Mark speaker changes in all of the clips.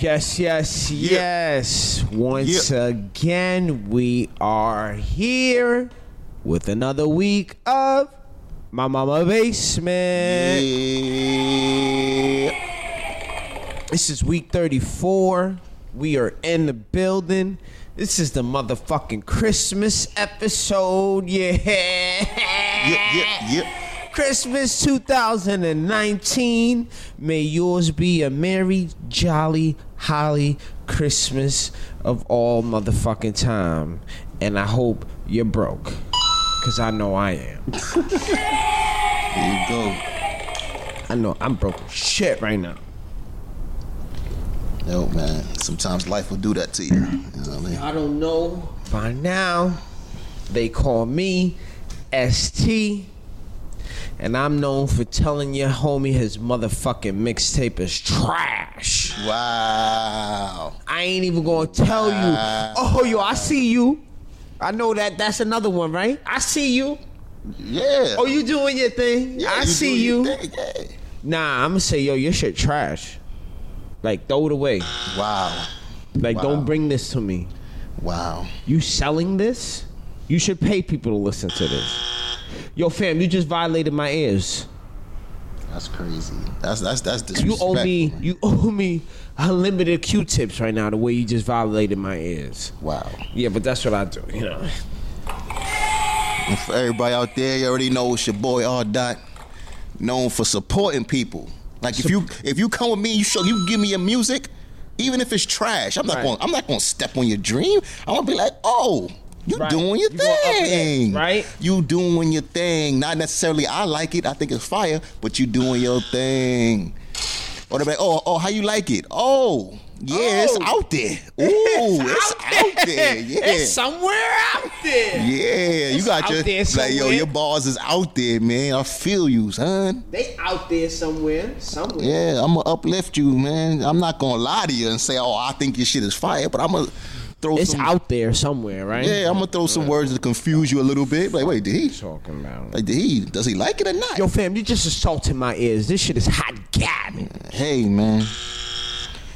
Speaker 1: Yes, yes, yes. Once again, we are here with another week of My Mama Basement.
Speaker 2: Yeah.
Speaker 1: This is week 34. We are in the building. This is the motherfucking Christmas episode. Yeah.
Speaker 2: Yep, yep, yep.
Speaker 1: Christmas 2019. May yours be a merry, jolly, holly Christmas of all motherfucking time. And I hope you're broke. Because I know I am.
Speaker 2: There you go.
Speaker 1: I know I'm broke as shit right now.
Speaker 2: No, man. Sometimes life will do that to you. You know what I mean?
Speaker 1: I don't know. By now, they call me ST. And I'm known for telling your homie his motherfucking mixtape is trash.
Speaker 2: Wow.
Speaker 1: I ain't even gonna tell you. Oh, yo, I see you. I know that. That's another one, right? I see you.
Speaker 2: Yeah.
Speaker 1: Oh, you doing your thing?
Speaker 2: Yeah,
Speaker 1: I
Speaker 2: you
Speaker 1: see
Speaker 2: doing
Speaker 1: you.
Speaker 2: your thing, yeah.
Speaker 1: Nah, I'm gonna say, yo, your shit trash. Like throw it away.
Speaker 2: Wow.
Speaker 1: Like
Speaker 2: Wow.
Speaker 1: don't bring this to me.
Speaker 2: Wow.
Speaker 1: You selling this? You should pay people to listen to this. Yo, fam, you just violated my ears.
Speaker 2: That's crazy. That's that's that's
Speaker 1: You
Speaker 2: disrespectful.
Speaker 1: owe me.
Speaker 2: man.
Speaker 1: You owe me unlimited Q-tips right now. The way you just violated my ears.
Speaker 2: Wow.
Speaker 1: Yeah, but that's what I do. You know.
Speaker 2: And for everybody out there, you already know it's your boy R Dot, known for supporting people. Like if you if you come with me, you show you give me your music, even if it's trash, I'm not
Speaker 1: Right.
Speaker 2: going to I'm not going to step on your dream. I'm going to be like, oh. You
Speaker 1: Right.
Speaker 2: doing your
Speaker 1: You gonna up it,
Speaker 2: thing,
Speaker 1: right?
Speaker 2: You doing your thing. Not necessarily I like it. I think it's fire, but you doing your thing. Or they be like, oh, oh, how you like it? Oh, yeah, it's
Speaker 1: Oh.
Speaker 2: out there. Ooh, it's, out there. Yeah,
Speaker 1: It's somewhere out there.
Speaker 2: yeah, you got
Speaker 1: out
Speaker 2: your
Speaker 1: there
Speaker 2: like yo,
Speaker 1: somewhere.
Speaker 2: your bars is out there, man. I feel you, son.
Speaker 1: They out there somewhere. Somewhere.
Speaker 2: Yeah, I'm gonna uplift you, man. I'm not gonna lie to you and say, oh, I think your shit is fire, but I'm gonna throw
Speaker 1: It's
Speaker 2: some.
Speaker 1: out there somewhere, right?
Speaker 2: Yeah, I'm gonna throw some words to confuse you a little bit. Like, wait, did he?
Speaker 1: Talking about.
Speaker 2: Like, did he? Does he like it or not?
Speaker 1: Yo, fam, you just assaulted my ears. This shit is hot gabbing.
Speaker 2: Hey, man,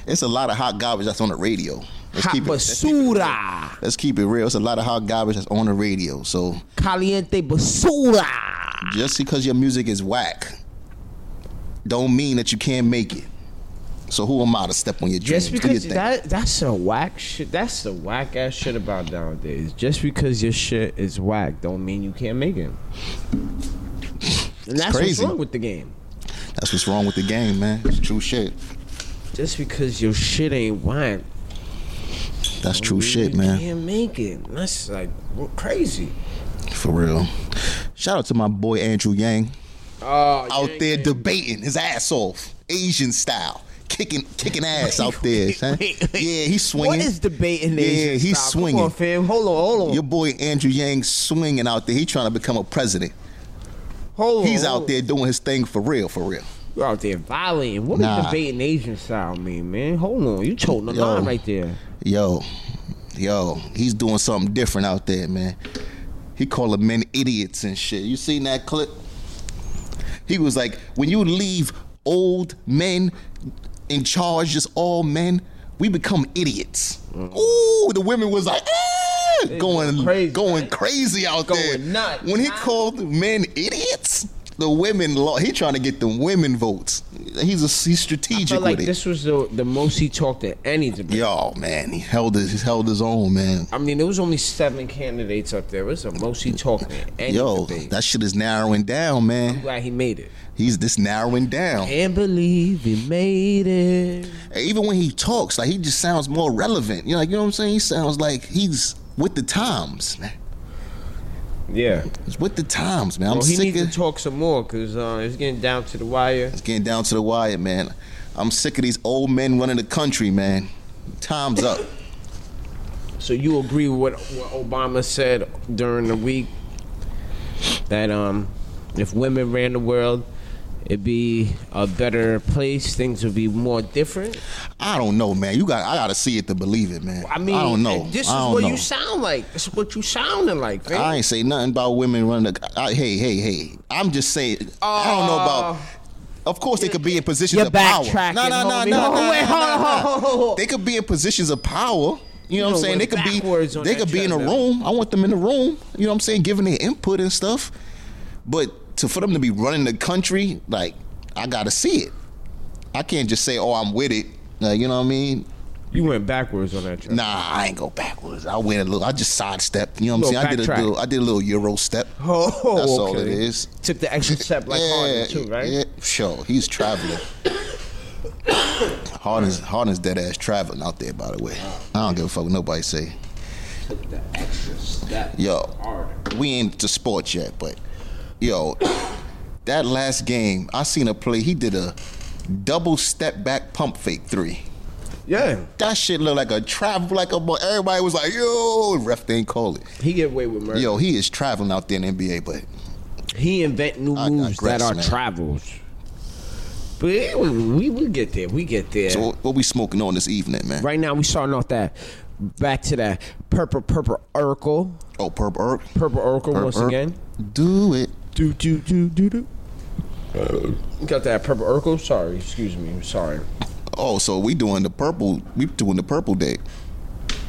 Speaker 2: it's a lot of hot garbage that's on the radio. Let's
Speaker 1: Hot
Speaker 2: keep it.
Speaker 1: basura.
Speaker 2: Let's keep it real. It's a lot of hot garbage that's on the radio. So
Speaker 1: Caliente basura.
Speaker 2: just because your music is whack don't mean that you can't make it so who am i to step on your
Speaker 1: Just
Speaker 2: dreams Do
Speaker 1: because
Speaker 2: your thing.
Speaker 1: that that's a whack shit. That's the whack ass shit about nowadays. Just because your shit is whack, don't mean you can't make it. And that's what's
Speaker 2: crazy.
Speaker 1: wrong with the game.
Speaker 2: that's what's wrong with the game man it's true shit
Speaker 1: Just because your shit ain't whack,
Speaker 2: that's true shit
Speaker 1: you
Speaker 2: man
Speaker 1: can't make it. That's like w- crazy.
Speaker 2: for real shout out to my boy andrew yang
Speaker 1: Oh,
Speaker 2: out there debating his ass off asian style kicking kicking ass out there son.
Speaker 1: wait, wait.
Speaker 2: yeah he's swinging
Speaker 1: What is debating?
Speaker 2: Yeah,
Speaker 1: Asian
Speaker 2: he's
Speaker 1: style?
Speaker 2: swinging.
Speaker 1: Come on, fam. Hold on, hold on.
Speaker 2: your boy andrew yang swinging out there he trying to become a president
Speaker 1: hold on.
Speaker 2: he's
Speaker 1: hold
Speaker 2: out
Speaker 1: on.
Speaker 2: there doing his thing for real for real
Speaker 1: You're out there violating. What
Speaker 2: Nah.
Speaker 1: does debating Asian style mean, man? Hold on. You toting the
Speaker 2: Yo.
Speaker 1: line right there.
Speaker 2: Yo, yo, he's doing something different out there, man. He calling men idiots and shit. You seen that clip? He was like, when you leave old men in charge, just all men, we become idiots. Ooh, the women was like, ah,
Speaker 1: Mm.
Speaker 2: going
Speaker 1: going crazy,
Speaker 2: going crazy out
Speaker 1: Going
Speaker 2: there.
Speaker 1: nuts.
Speaker 2: When he called men idiots, the women, lo- he trying to get the women votes. He's a he's strategic
Speaker 1: felt like
Speaker 2: with it.
Speaker 1: this was the, the most he talked at any debate.
Speaker 2: Yo, man, he held his he held his own, man.
Speaker 1: I mean, there was only seven candidates up there. It was the most he talked at any
Speaker 2: Yo,
Speaker 1: debate.
Speaker 2: that shit is narrowing down, man.
Speaker 1: Glad he made it.
Speaker 2: He's this narrowing down.
Speaker 1: Can't believe he made it.
Speaker 2: Even when he talks, like he just sounds more relevant. You know, like, you know what I'm saying? He sounds like he's with the times, man.
Speaker 1: Yeah.
Speaker 2: He's with the times, man. I'm
Speaker 1: Well, he
Speaker 2: sick
Speaker 1: needs
Speaker 2: of
Speaker 1: to talk some more because uh, it's getting down to the wire.
Speaker 2: it's getting down to the wire, man. I'm sick of these old men running the country, man. Time's up.
Speaker 1: So you agree with what, what Obama said during the week that um, if women ran the world, it'd be a better place. Things would be more different.
Speaker 2: I don't know, man. You got I gotta see it to believe it, man.
Speaker 1: I mean,
Speaker 2: I don't know.
Speaker 1: and This
Speaker 2: I
Speaker 1: is
Speaker 2: don't
Speaker 1: what
Speaker 2: know.
Speaker 1: you sound like. This is what you sounding like, man.
Speaker 2: I ain't say nothing about women running. The, I, hey, hey, hey! I'm just saying. I don't know about. Of course, they could be in positions
Speaker 1: You're
Speaker 2: of power.
Speaker 1: backtracking,
Speaker 2: No, no, no, no,
Speaker 1: homie.
Speaker 2: no,
Speaker 1: Oh,
Speaker 2: no,
Speaker 1: wait,
Speaker 2: no,
Speaker 1: hold on,
Speaker 2: no.
Speaker 1: hold on, hold on.
Speaker 2: They could be in positions of power. You know what I'm
Speaker 1: You
Speaker 2: saying? They
Speaker 1: done
Speaker 2: could
Speaker 1: went
Speaker 2: be.
Speaker 1: backwards on
Speaker 2: They
Speaker 1: that
Speaker 2: could be in a
Speaker 1: track, man.
Speaker 2: room. I want them in the room. You know what I'm saying? Giving their input and stuff. But to for them to be running the country, like I gotta see it. I can't just say, "Oh, I'm with it." Like, you know what I mean?
Speaker 1: You went backwards on that track.
Speaker 2: Nah, I ain't go backwards. I went a little. I just sidestepped. You know what I'm
Speaker 1: Little
Speaker 2: saying? I did a
Speaker 1: backtrack.
Speaker 2: little. I did a little Euro step.
Speaker 1: Oh,
Speaker 2: That's
Speaker 1: okay.
Speaker 2: all it is.
Speaker 1: Took the extra step like Harden too, right?
Speaker 2: Yeah, sure. He's traveling. Harden's Harden's dead ass traveling out there. By the way, I don't give a fuck what nobody say.
Speaker 1: The extra step.
Speaker 2: Yo, we ain't to sports yet, but yo, that last game I seen a play. He did a double step back pump fake three.
Speaker 1: Yeah,
Speaker 2: That shit looked like a travel, like a. mo- Everybody was like, "Yo, ref didn't call it."
Speaker 1: he get away with murder.
Speaker 2: Yo, he is traveling out there in the NBA, but
Speaker 1: He invent new
Speaker 2: I
Speaker 1: moves
Speaker 2: digress,
Speaker 1: that are
Speaker 2: man.
Speaker 1: travels. But yeah, we, we we get there. We get there.
Speaker 2: so what, what we smoking on this evening, man?
Speaker 1: right now, we starting off that. Back to that purple purple Urkel,
Speaker 2: Oh, Purp Herb.
Speaker 1: purple Urkel once
Speaker 2: Herb.
Speaker 1: again.
Speaker 2: Do it.
Speaker 1: Do do do do do. Got that purple Urkel. Sorry, excuse me. I'm Sorry.
Speaker 2: Oh, so we doing the purple. We doing the purple day.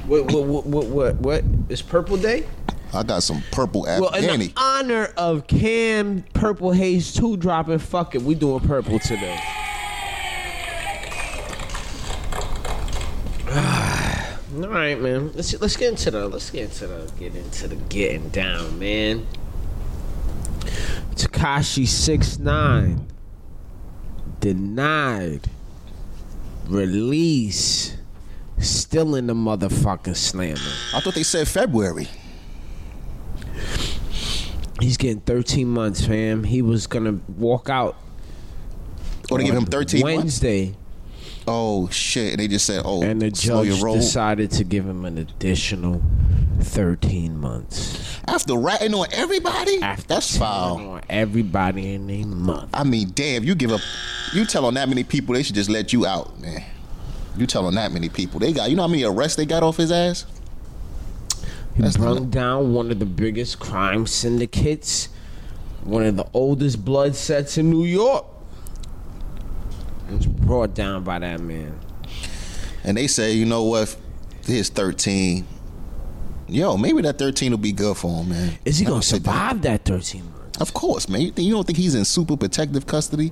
Speaker 1: What what what what what? what? It's Purple Day.
Speaker 2: I got some purple
Speaker 1: Well, in
Speaker 2: Afghani.
Speaker 1: honor of Cam Purple Haze two dropping, fuck it, we doing purple today. All right, man. Let's let's get into the let's get into the get into the getting down, man. Takashi six nine denied release, still in the motherfucking slammer.
Speaker 2: I thought they said February.
Speaker 1: He's getting 13 months, fam. He was gonna walk out.
Speaker 2: Oh, they give him
Speaker 1: on
Speaker 2: 13 months.
Speaker 1: Wednesday,
Speaker 2: Oh shit! They just said, oh,
Speaker 1: and the
Speaker 2: slow
Speaker 1: judge
Speaker 2: your roll.
Speaker 1: decided to give him an additional 13 months.
Speaker 2: After ratting on everybody,
Speaker 1: After
Speaker 2: that's
Speaker 1: telling
Speaker 2: foul.
Speaker 1: on everybody in a month.
Speaker 2: I mean, damn, you give up. You tell on that many people, they should just let you out, man. You tell on that many people, they got. You know how many arrests they got off his ass?
Speaker 1: He
Speaker 2: That's
Speaker 1: brung
Speaker 2: not-
Speaker 1: down one of the biggest crime syndicates, one of the oldest blood sets in New York. It was brought down by that man.
Speaker 2: And they say, you know what? Here's 13. Yo, maybe that 13 will be good for him, man.
Speaker 1: Is he
Speaker 2: I
Speaker 1: gonna
Speaker 2: don't think-
Speaker 1: survive that 13 months?
Speaker 2: Of course, man. You, think, you don't think he's in super protective custody?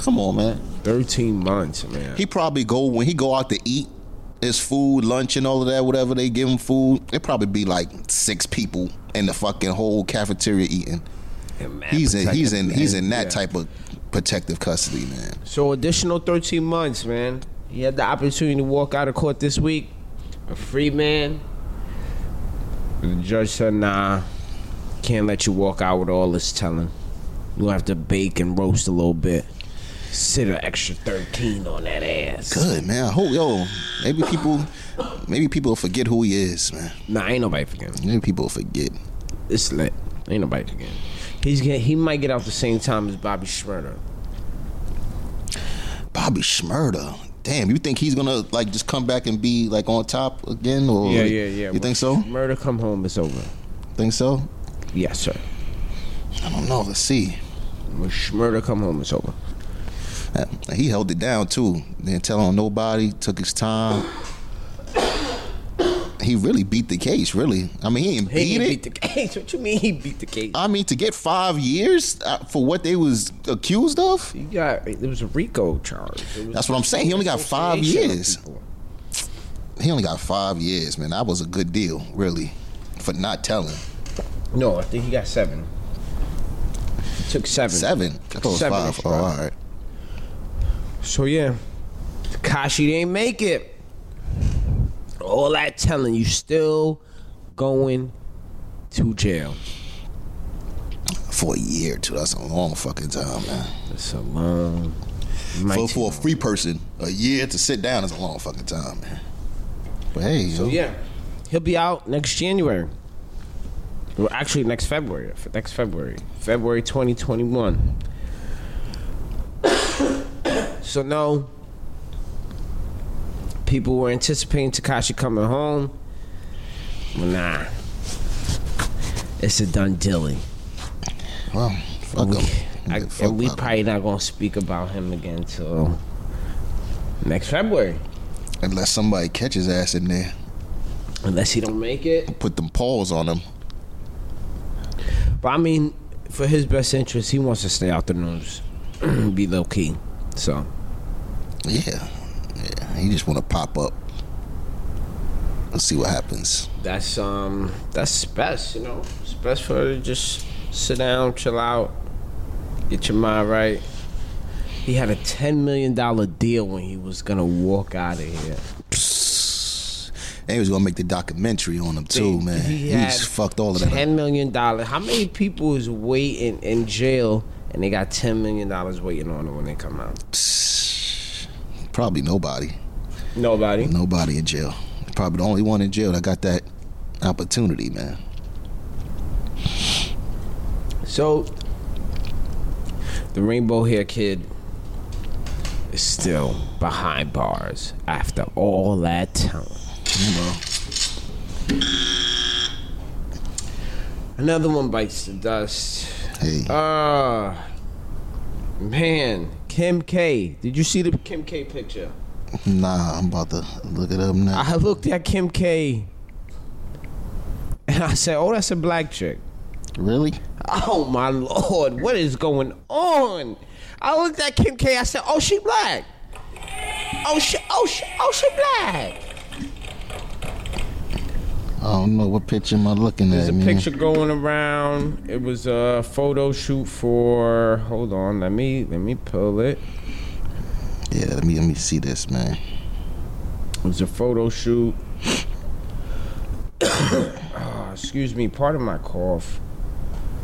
Speaker 2: Come on, man.
Speaker 1: 13 months, man.
Speaker 2: He probably go when he go out to eat his food, lunch, and all of that. Whatever they give him food, it probably be like six people in the fucking whole cafeteria eating. He's in, he's in, he's in that
Speaker 1: Yeah.
Speaker 2: type of protective custody, man.
Speaker 1: So additional 13 months, man. He had the opportunity to walk out of court this week, a free man. And the judge said, "Nah, can't let you walk out with all this telling. You'll have to bake and roast a little bit. Sit an extra 13 on that ass."
Speaker 2: Good, man. I hope yo, maybe people, maybe people forget who he is, man.
Speaker 1: Nah, ain't nobody forgetting.
Speaker 2: Maybe people forget.
Speaker 1: It's lit. Ain't nobody forgetting. He's get, he might get out the same time as Bobby Schmurder.
Speaker 2: Bobby Schmurda. Damn, you think he's gonna like just come back and be like on top again? Or
Speaker 1: Yeah, yeah, yeah.
Speaker 2: You think so?
Speaker 1: Murder come home is over.
Speaker 2: Think so?
Speaker 1: Yes, sir.
Speaker 2: I don't know. Let's see.
Speaker 1: When Schmurder come home is over.
Speaker 2: Uh, He held it down too. Didn't tell on nobody. Took his time. He really beat the case. Really. I mean, he didn't
Speaker 1: He
Speaker 2: beat it.
Speaker 1: beat the case. What you mean he beat the case?
Speaker 2: I mean, to get five years uh, for what they was accused of.
Speaker 1: You got it was a Rico charge. It was
Speaker 2: That's what I'm saying. He only got five
Speaker 1: association of
Speaker 2: years.
Speaker 1: people.
Speaker 2: He only got five years, man. That was a good deal, really, for not telling.
Speaker 1: No, I think he got seven. He took seven.
Speaker 2: Seven. I thought it was
Speaker 1: Seven
Speaker 2: five.
Speaker 1: is
Speaker 2: Oh,
Speaker 1: right.
Speaker 2: all right.
Speaker 1: So yeah, Takashi didn't make it. All that telling you still going to jail.
Speaker 2: For a year too. That's a long fucking time, man.
Speaker 1: That's a long.
Speaker 2: For,
Speaker 1: mighty
Speaker 2: for a
Speaker 1: long.
Speaker 2: free person, a year to sit down is a long fucking time, man. But hey, yo.
Speaker 1: So yeah, he'll be out next January. Well, actually, next February. f- Next February, February 2021. so no, people were anticipating Takashi coming home. Well, nah, it's a done dilly.
Speaker 2: Well, fuck
Speaker 1: We,
Speaker 2: him.
Speaker 1: I,
Speaker 2: The fuck
Speaker 1: and we
Speaker 2: out of
Speaker 1: probably not gonna speak about him again till next February,
Speaker 2: Unless somebody catches ass in there,
Speaker 1: unless he don't make it.
Speaker 2: put them paws on him.
Speaker 1: But I mean, for his best interest, he wants to stay out the news, be low key. So
Speaker 2: Yeah, yeah. He just want to pop up. Let's see what happens.
Speaker 1: that's um that's best, you know. It's best for her to just sit down, chill out, get your mind right. He had a ten million dollar deal when he was gonna walk out of here.
Speaker 2: Psst. And he was gonna make the documentary on him too,
Speaker 1: Dude,
Speaker 2: man. He,
Speaker 1: had
Speaker 2: just fucked all of that. up.
Speaker 1: Ten million dollars. How many people is waiting in jail and they got ten million dollars waiting on them when they come out?
Speaker 2: Psst. Probably nobody.
Speaker 1: Nobody.
Speaker 2: Nobody in jail. Probably the only one in jail that got that opportunity, man.
Speaker 1: So the rainbow hair kid is still behind bars after all that time.
Speaker 2: You know.
Speaker 1: Another one bites the dust.
Speaker 2: Hey,
Speaker 1: Ah, man, Kim K. Did you see the Kim K picture?
Speaker 2: nah, I'm about to look it up now.
Speaker 1: I looked at Kim K. And I said, "Oh, that's a black chick."
Speaker 2: really?
Speaker 1: Oh my lord, what is going on? I looked at Kim K. I said, "Oh, she black." Oh she, oh she, oh she black.
Speaker 2: I don't know what picture am I looking
Speaker 1: There's
Speaker 2: at,
Speaker 1: a
Speaker 2: man.
Speaker 1: picture going around. It was a photo shoot for. Hold on, let me let me pull it.
Speaker 2: Yeah, let me let me see this, man.
Speaker 1: It was a photo shoot. Ah, excuse me, part of my cough.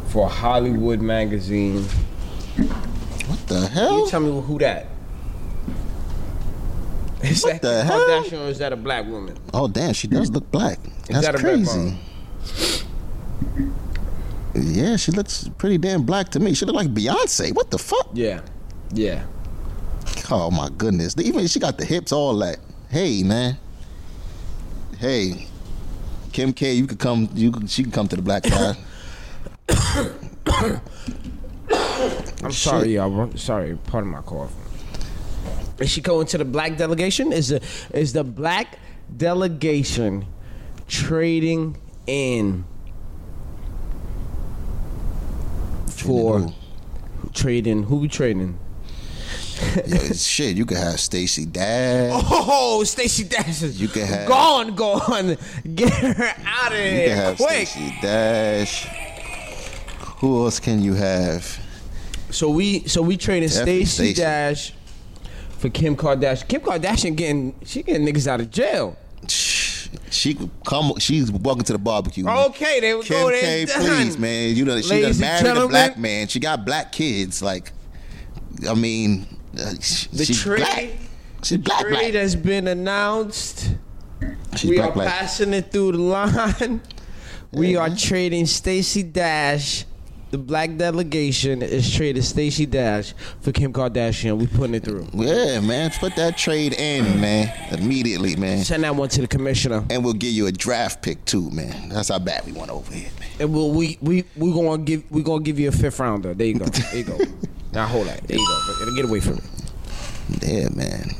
Speaker 1: For Hollywood magazine.
Speaker 2: What the
Speaker 1: Can
Speaker 2: hell?
Speaker 1: you tell me who that? Is
Speaker 2: What
Speaker 1: that
Speaker 2: the
Speaker 1: Kim
Speaker 2: hell?
Speaker 1: Kardashian or is that a black woman?
Speaker 2: oh damn, she does look black. That's
Speaker 1: that a black
Speaker 2: crazy.
Speaker 1: mom?
Speaker 2: Yeah, she looks pretty damn black to me. She look like Beyonce. What the fuck?
Speaker 1: Yeah. Yeah.
Speaker 2: Oh my goodness. They Even she got the hips, all that. Hey man. Hey. Kim K, you could come you could, she can come to the black guy.
Speaker 1: I'm sorry, y'all. I'm Sorry, part of my cough. Is she going to the black delegation? Is the is the black delegation trading in for
Speaker 2: who?
Speaker 1: trading? Who we trading?
Speaker 2: Yo, shit, you could have Stacy Dash.
Speaker 1: Oh, Stacey Dash is
Speaker 2: You can have-
Speaker 1: gone, gone. Get her out of
Speaker 2: You can
Speaker 1: here
Speaker 2: have
Speaker 1: quick.
Speaker 2: Stacey Dash. Who else can you have?
Speaker 1: So we so we trading
Speaker 2: Definitely
Speaker 1: Stacey
Speaker 2: Stacey.
Speaker 1: Dash for Kim Kardashian. Kim Kardashian getting she getting niggas out of jail.
Speaker 2: She could come. She's welcome to the barbecue. man.
Speaker 1: Okay, there we
Speaker 2: Kim
Speaker 1: go.
Speaker 2: K,
Speaker 1: They're done.
Speaker 2: please, man. You done, she
Speaker 1: Ladies
Speaker 2: done
Speaker 1: and
Speaker 2: married a
Speaker 1: gentlemen.
Speaker 2: black man. She got black kids. Like, I mean, uh, sh-
Speaker 1: The
Speaker 2: she's
Speaker 1: trade-
Speaker 2: black. She's black,
Speaker 1: Trade
Speaker 2: black.
Speaker 1: has been announced.
Speaker 2: She's
Speaker 1: we
Speaker 2: black,
Speaker 1: are
Speaker 2: black.
Speaker 1: passing it through the line. We are
Speaker 2: Mhm.
Speaker 1: trading Stacey Dash. The black delegation is trading Stacey Dash for Kim Kardashian. We putting it through.
Speaker 2: Yeah, man. Put that trade in, man. Immediately, man.
Speaker 1: Send that one to the commissioner,
Speaker 2: And we'll give you a draft pick too, man. That's how bad we want over here, man.
Speaker 1: and we'll, we we we gonna give we gonna give you a fifth rounder. There you go. There you go. now hold on. There you go. Get away from me.
Speaker 2: Yeah, man.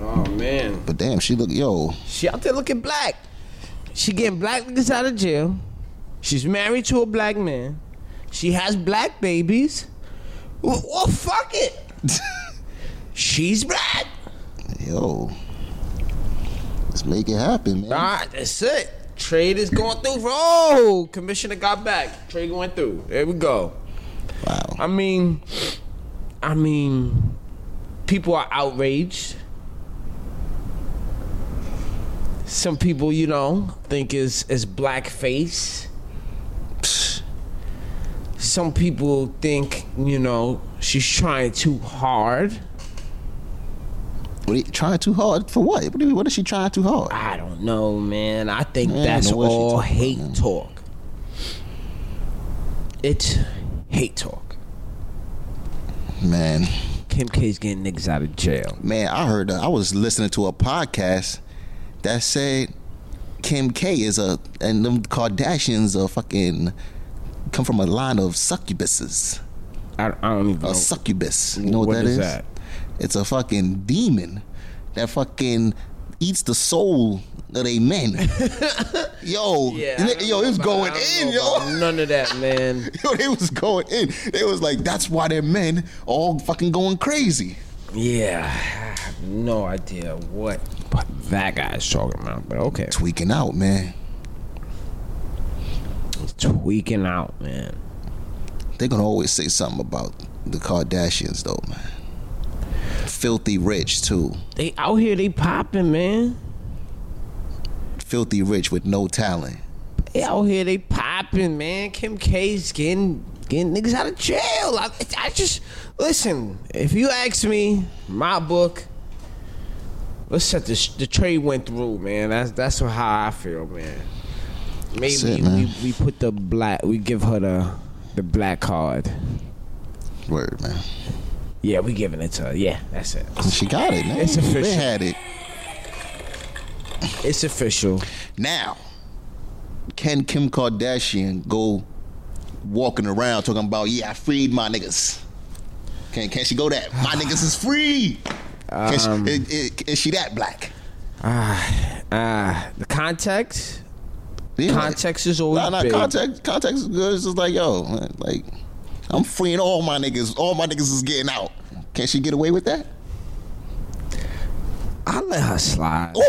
Speaker 1: Oh man,
Speaker 2: But damn, she look yo.
Speaker 1: she out there looking black. She getting black niggas out of jail. She's married to a black man. She has black babies. Well, well fuck it. She's black.
Speaker 2: Yo, let's make it happen, man.
Speaker 1: All right, that's it. Trade is going through. Oh, commissioner got back. Trade went through. There we go.
Speaker 2: Wow.
Speaker 1: I mean, I mean, people are outraged. Some people, you know, think is is blackface. Some people think, you know, she's trying too hard.
Speaker 2: What are you trying too hard for? What? What, do you, what is she trying too hard?
Speaker 1: I don't know, man. I think
Speaker 2: Man, I
Speaker 1: that's
Speaker 2: know what she
Speaker 1: all
Speaker 2: talking about,
Speaker 1: hate
Speaker 2: man.
Speaker 1: talk. It's hate talk.
Speaker 2: Man,
Speaker 1: Kim K's getting niggas out of jail.
Speaker 2: man, I heard. uh, I was listening to a podcast that said Kim K is a and them Kardashians are fucking come from a line of succubuses.
Speaker 1: I, I don't even know.
Speaker 2: A succubus. You know what,
Speaker 1: What
Speaker 2: that
Speaker 1: is
Speaker 2: is?
Speaker 1: that?
Speaker 2: It's a fucking demon that fucking eats the soul of they men. yo,
Speaker 1: I
Speaker 2: n-
Speaker 1: don't
Speaker 2: yo,
Speaker 1: know
Speaker 2: it was
Speaker 1: about-
Speaker 2: going
Speaker 1: I don't
Speaker 2: in,
Speaker 1: know
Speaker 2: yo.
Speaker 1: about None of that, man.
Speaker 2: Yo, they was going in. It was like that's why their men all fucking going crazy.
Speaker 1: Yeah, I have no idea what what that guy's talking about, but okay.
Speaker 2: Tweaking out, man.
Speaker 1: Tweaking out, man.
Speaker 2: They're gonna always say something about the Kardashians, though, man. Filthy rich too.
Speaker 1: They out here, they popping, man.
Speaker 2: Filthy rich with no talent.
Speaker 1: They out here, they popping, man. Kim K's getting getting niggas out of jail. I, I just listen. If you ask me, my book. Let's set this. The trade went through, man. That's that's how I feel, man. Maybe
Speaker 2: That's it, man.
Speaker 1: We, we put the black. We give her the the black card.
Speaker 2: Word, man.
Speaker 1: Yeah, we giving it to her. Yeah, that's it.
Speaker 2: She got it. Man.
Speaker 1: It's official.
Speaker 2: They had it.
Speaker 1: It's official.
Speaker 2: Now, can Kim Kardashian go walking around talking about, yeah, I freed my niggas? Can, can she go that? My niggas is free. Can she- i- i- is, she that black?
Speaker 1: Uh, the context.
Speaker 2: Yeah.
Speaker 1: Context is always
Speaker 2: Nah, nah,
Speaker 1: big.
Speaker 2: context, context is good. It's just like, yo, man, like, I'm freeing all my niggas. All my niggas is getting out. Can she get away with that?
Speaker 1: I let her slide.
Speaker 2: Ooh!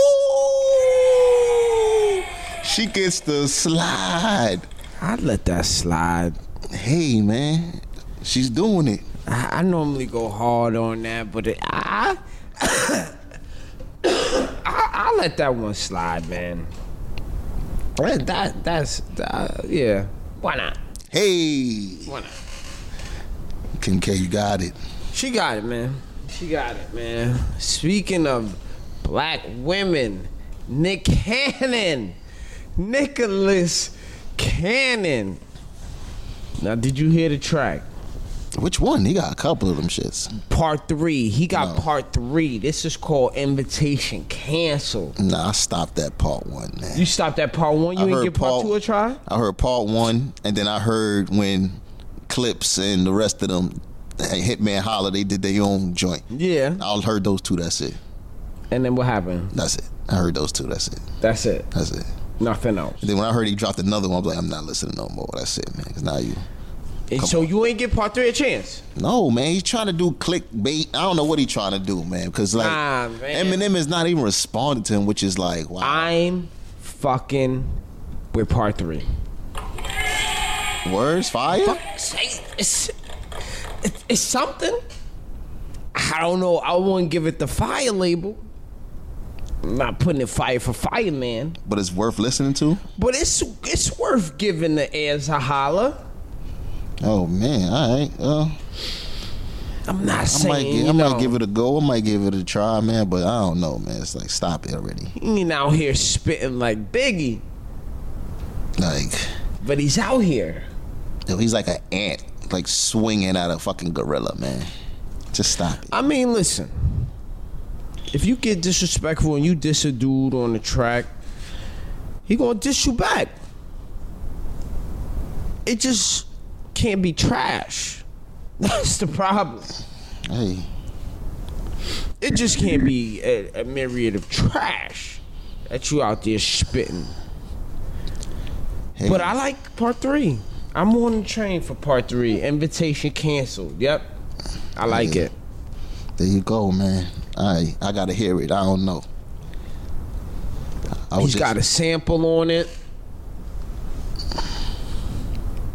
Speaker 2: She gets the slide.
Speaker 1: I let that slide.
Speaker 2: Hey, man. She's doing it.
Speaker 1: I, I normally go hard on that, but it, I, I I let that one slide, man. That, that that's that, yeah. Why not?
Speaker 2: Hey.
Speaker 1: Why not?
Speaker 2: Kim K, you got it.
Speaker 1: She got it, man. She got it, man. Speaking of black women, Nick Cannon, Nicholas Cannon. Now, did you hear the track?
Speaker 2: Which one? He got a couple of them shits.
Speaker 1: Part three. He got
Speaker 2: No.
Speaker 1: part three. This is called Invitation Cancel.
Speaker 2: Nah, I stopped at part one, man.
Speaker 1: You stopped at part one. You
Speaker 2: I
Speaker 1: didn't
Speaker 2: heard
Speaker 1: give part,
Speaker 2: Paul-
Speaker 1: two a try.
Speaker 2: I heard part one, and then I heard when Clips and the rest of them, Hitman Holler, they did their own joint.
Speaker 1: Yeah.
Speaker 2: I heard those two. That's it.
Speaker 1: And then what happened?
Speaker 2: That's it. I heard those two. That's it.
Speaker 1: That's it.
Speaker 2: That's it.
Speaker 1: Nothing else.
Speaker 2: And then when I heard he dropped another one, I was like, I'm not listening no more. That's it, man. Cause now you.
Speaker 1: And so you ain't give part three a chance.
Speaker 2: No, man, he's trying to do clickbait. I don't know what he's trying to do, man. Because like
Speaker 1: Nah, man.
Speaker 2: Eminem is not even responding to him, which is like, wow,
Speaker 1: I'm fucking with part three.
Speaker 2: words fire.
Speaker 1: It's, it's, it's something. I don't know. I wouldn't give it the fire label. I'm not putting it fire for fireman,
Speaker 2: but it's worth listening to.
Speaker 1: but it's it's worth giving the airs a holler.
Speaker 2: Oh man, all right. Uh,
Speaker 1: I'm not
Speaker 2: I might,
Speaker 1: saying
Speaker 2: give,
Speaker 1: you
Speaker 2: I might
Speaker 1: know,
Speaker 2: give it a go. I might give it a try, man. But I don't know, man. It's like stop it already.
Speaker 1: he ain't out here spitting like Biggie,
Speaker 2: Like,
Speaker 1: but he's out here.
Speaker 2: yo, he's like an ant, like swinging at a fucking gorilla, man. Just stop it.
Speaker 1: I mean, listen. If you get disrespectful and you diss a dude on the track, he gonna diss you back. It just can't be trash. That's the problem.
Speaker 2: Hey,
Speaker 1: It just can't be a, a myriad of trash that you out there spitting.
Speaker 2: hey.
Speaker 1: But I like part three. I'm on the train for part three. Invitation canceled. Yep, I like it.
Speaker 2: there you go, man. All right, I gotta hear it. I don't know. I was
Speaker 1: He's got a sample on it.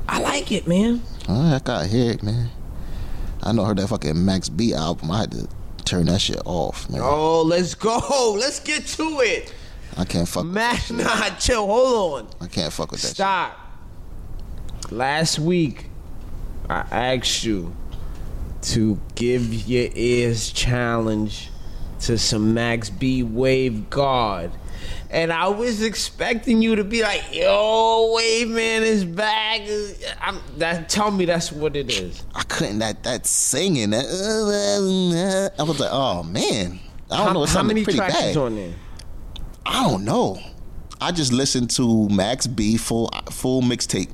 Speaker 1: I like it, man.
Speaker 2: All right, I gotta hear it, man. I know I heard that fucking Max B album. I had to turn that shit off, man.
Speaker 1: Oh, let's go. Let's get to it.
Speaker 2: I can't fuck.
Speaker 1: Matt, nah, chill. Hold on.
Speaker 2: I can't fuck with that. shit.
Speaker 1: Stop. Last week, I asked you to give your ears challenge to some Max B Wave God. And I was expecting you to be like, yo, Wave Man is back. I'm, that, tell me that's what it is.
Speaker 2: I couldn't that that singing. That, I was like, oh man, I don't know. It
Speaker 1: how
Speaker 2: sounded
Speaker 1: many
Speaker 2: pretty
Speaker 1: tracks
Speaker 2: bad.
Speaker 1: is on there?
Speaker 2: I don't know. I just listened to Max B full full mixtape.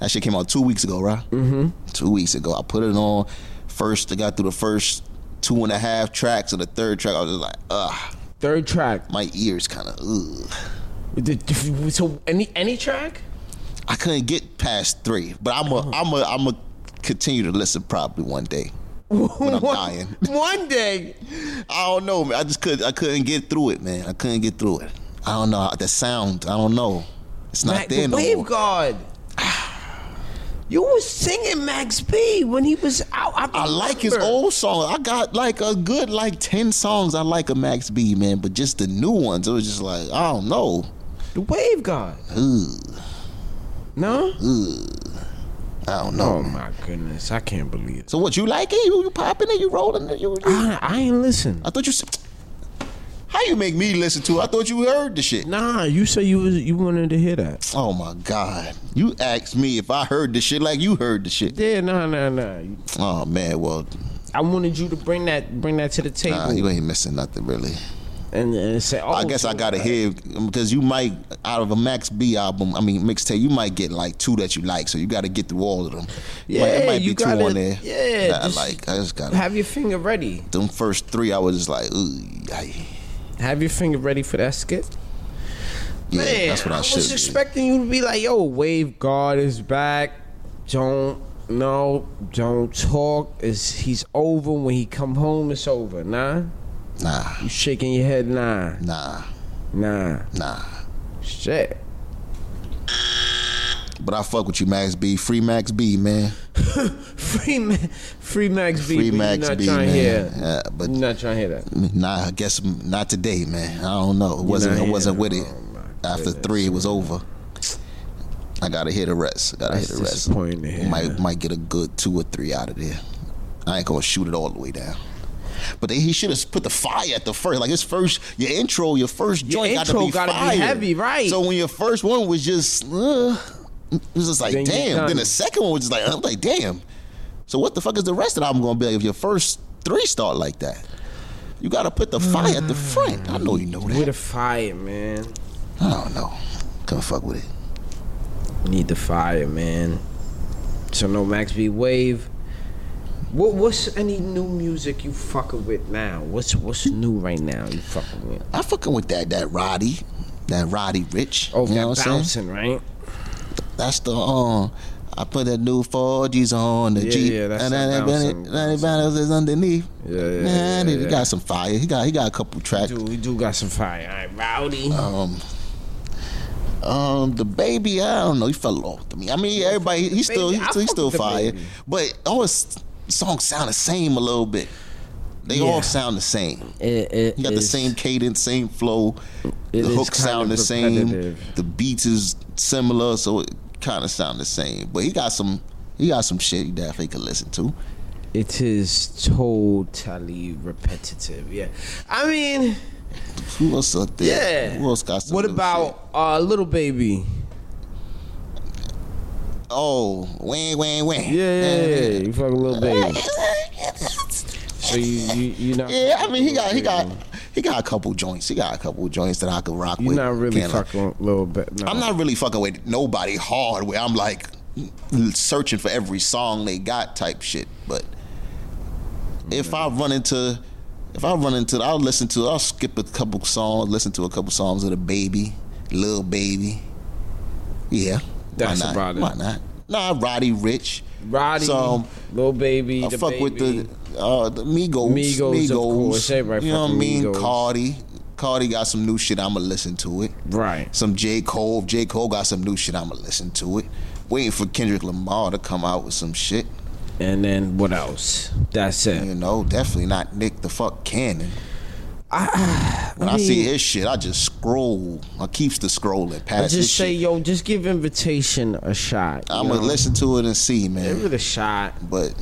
Speaker 2: That shit came out two weeks ago, right? Mm-hmm. Two weeks ago. I put it on. First, I got through the first two and a half tracks of the third track. I was just like, ugh.
Speaker 1: Third track.
Speaker 2: My ears kind of ugh.
Speaker 1: So any any track?
Speaker 2: I couldn't get past three, but I'm
Speaker 1: Oh.
Speaker 2: a I'm a I'm a continue to listen probably one day. When I'm dying,
Speaker 1: One day.
Speaker 2: I don't know, man. I just could I couldn't get through it, man. I couldn't get through it. I don't know the sound. I don't know. It's not
Speaker 1: Mac, the
Speaker 2: there no more.
Speaker 1: Waveguard. You was singing Max B when he was out. I,
Speaker 2: I like his
Speaker 1: remember.
Speaker 2: old songs. I got like a good like ten songs I like a Max B man, but just the new ones, it was just like I don't know.
Speaker 1: The Waveguard.
Speaker 2: Ugh,
Speaker 1: No.
Speaker 2: I don't
Speaker 1: Oh
Speaker 2: know.
Speaker 1: my goodness, I can't believe it.
Speaker 2: So what you like it? You, you popping it? You rolling it? You, you-
Speaker 1: I, I ain't listen.
Speaker 2: I thought you. said- How you make me listen to? it? I thought you heard the shit.
Speaker 1: Nah, you say you was you wanted to hear that.
Speaker 2: Oh my god! You asked me if I heard the shit like you heard the shit.
Speaker 1: Yeah, nah, nah, nah.
Speaker 2: Oh man, well,
Speaker 1: I wanted you to bring that bring that to the table
Speaker 2: nah, you ain't missing nothing really.
Speaker 1: and, and say, "Oh,
Speaker 2: I guess I
Speaker 1: dude,
Speaker 2: gotta
Speaker 1: like,
Speaker 2: hear because you might out of a Max B album. I mean mixtape, you might get like two that you like, so you gotta get through all of them. It might-
Speaker 1: Yeah,
Speaker 2: it might be
Speaker 1: you
Speaker 2: two
Speaker 1: gotta-
Speaker 2: on there.
Speaker 1: yeah,
Speaker 2: that I
Speaker 1: just-
Speaker 2: like. I just gotta.
Speaker 1: Have your finger ready.
Speaker 2: Them first three, I was just like, ooh, aye.
Speaker 1: Have your finger ready for that skit."
Speaker 2: yeah,
Speaker 1: Man,
Speaker 2: that's what I, should.
Speaker 1: was
Speaker 2: do.
Speaker 1: expecting you to be like, "Yo, Wave God is back. Don't no, don't talk. Is he's over when he come home? It's over. Nah,
Speaker 2: Nah,
Speaker 1: you shaking your head. Nah,
Speaker 2: nah,
Speaker 1: nah,
Speaker 2: nah.
Speaker 1: shit."
Speaker 2: But I fuck with you, Max B. Free Max B, man.
Speaker 1: Free, Ma- free Max B.
Speaker 2: Free
Speaker 1: but
Speaker 2: Max
Speaker 1: you're not
Speaker 2: B,
Speaker 1: trying to hear.
Speaker 2: man. Yeah, but
Speaker 1: You're not trying to hear that.
Speaker 2: nah, I guess not today, man. I don't know. It wasn't.
Speaker 1: not
Speaker 2: I wasn't with
Speaker 1: hearing
Speaker 2: it.
Speaker 1: it. Oh, my
Speaker 2: After
Speaker 1: goodness.
Speaker 2: three, it was over. I gotta hit the rest. I gotta
Speaker 1: That's
Speaker 2: hit the rest.
Speaker 1: disappointing to hear.
Speaker 2: Might might get a good two or three out of there. I ain't gonna shoot it all the way down. But they, he should have put the fire at the first. Like his first, your intro, your first
Speaker 1: Your
Speaker 2: joint
Speaker 1: intro
Speaker 2: got
Speaker 1: gotta
Speaker 2: to
Speaker 1: be
Speaker 2: be fire.
Speaker 1: heavy, right.
Speaker 2: So when your first one was just, uh, it was just like
Speaker 1: Then you
Speaker 2: damn.
Speaker 1: done.
Speaker 2: Then the second one was just like I'm like damn. So what the fuck is the rest of the album gonna be like if your first three start like that? You gotta put the fire at the front. I know you know
Speaker 1: Mm. With
Speaker 2: that.
Speaker 1: the fire, man.
Speaker 2: I don't know. Couldn't fuck with it.
Speaker 1: Need the fire, man. So no Max B Wave. What what's any new music you fucking with now? What's what's new right now you fucking with?
Speaker 2: I fucking with that that Roddy, that Roddy Rich.
Speaker 1: Oh,
Speaker 2: you know what
Speaker 1: that
Speaker 2: I'm saying?
Speaker 1: bouncing, right?
Speaker 2: That's the um. I put that new 4G's on the
Speaker 1: Yeah,
Speaker 2: Jeep,
Speaker 1: yeah, that's
Speaker 2: and
Speaker 1: that
Speaker 2: that
Speaker 1: bouncing-
Speaker 2: bounce is underneath.
Speaker 1: Yeah, yeah,
Speaker 2: Man,
Speaker 1: yeah,
Speaker 2: he
Speaker 1: yeah.
Speaker 2: got some fire. He got he got a couple tracks.
Speaker 1: Dude, we do got some fire. All right, Rowdy.
Speaker 2: Um, um, the baby, I don't know. He fell off to me. I mean, everybody, he's still
Speaker 1: Baby,
Speaker 2: he's
Speaker 1: I
Speaker 2: still, he
Speaker 1: fuck
Speaker 2: still
Speaker 1: with the
Speaker 2: fire,
Speaker 1: Baby.
Speaker 2: but all his songs sound the same a little bit. They
Speaker 1: Yeah.
Speaker 2: all sound the same.
Speaker 1: It- it
Speaker 2: You got the
Speaker 1: is-
Speaker 2: same cadence, same flow.
Speaker 1: It
Speaker 2: the
Speaker 1: is
Speaker 2: hooks
Speaker 1: kind
Speaker 2: sound the
Speaker 1: of
Speaker 2: same.
Speaker 1: repetitive.
Speaker 2: The beats is similar, so it kind of sound the same. But he got some, he got some shit you definitely could listen to.
Speaker 1: It is totally repetitive. Yeah. I mean,
Speaker 2: Who else out there?
Speaker 1: Yeah.
Speaker 2: Who else got some?
Speaker 1: what
Speaker 2: new shit?
Speaker 1: about uh little baby?
Speaker 2: Oh, wang, wang, wang.
Speaker 1: Yeah, yeah, yeah. You fucking little baby. So you you you not
Speaker 2: Yeah, I mean he got he got he got a couple joints. He got a couple joints that I could rock
Speaker 1: You're
Speaker 2: with.
Speaker 1: not really
Speaker 2: Can't lie.
Speaker 1: fucking with little bit. No.
Speaker 2: I'm not really fucking with nobody hard where I'm like searching for every song they got type shit. But if I run into if I run into I'll listen to I'll skip a couple songs, listen to a couple songs of the baby, little baby. Yeah.
Speaker 1: That's
Speaker 2: why
Speaker 1: about
Speaker 2: not?
Speaker 1: it.
Speaker 2: Why not? Nah, Roddy Rich.
Speaker 1: Roddy,
Speaker 2: Some
Speaker 1: little baby.
Speaker 2: I
Speaker 1: the
Speaker 2: fuck
Speaker 1: baby.
Speaker 2: with the uh the Migos.
Speaker 1: Migos,
Speaker 2: Migos,
Speaker 1: of course. Everybody
Speaker 2: you know what I
Speaker 1: fucking
Speaker 2: mean?
Speaker 1: Migos.
Speaker 2: Cardi. Cardi got some new shit. I'ma listen to it.
Speaker 1: right.
Speaker 2: Some J Cole. If J Cole got some new shit. I'ma listen to it. Waiting for Kendrick Lamar to come out with some shit.
Speaker 1: And then what else? That's it.
Speaker 2: You know, definitely not Nick the fuck Cannon. when I,
Speaker 1: mean-
Speaker 2: see his shit, I just scroll. I keeps the scrolling past.
Speaker 1: I
Speaker 2: his
Speaker 1: just say,
Speaker 2: shit.
Speaker 1: yo, just give invitation a shot. you
Speaker 2: I'ma
Speaker 1: know?
Speaker 2: listen to it and see, man.
Speaker 1: Give it a shot.
Speaker 2: But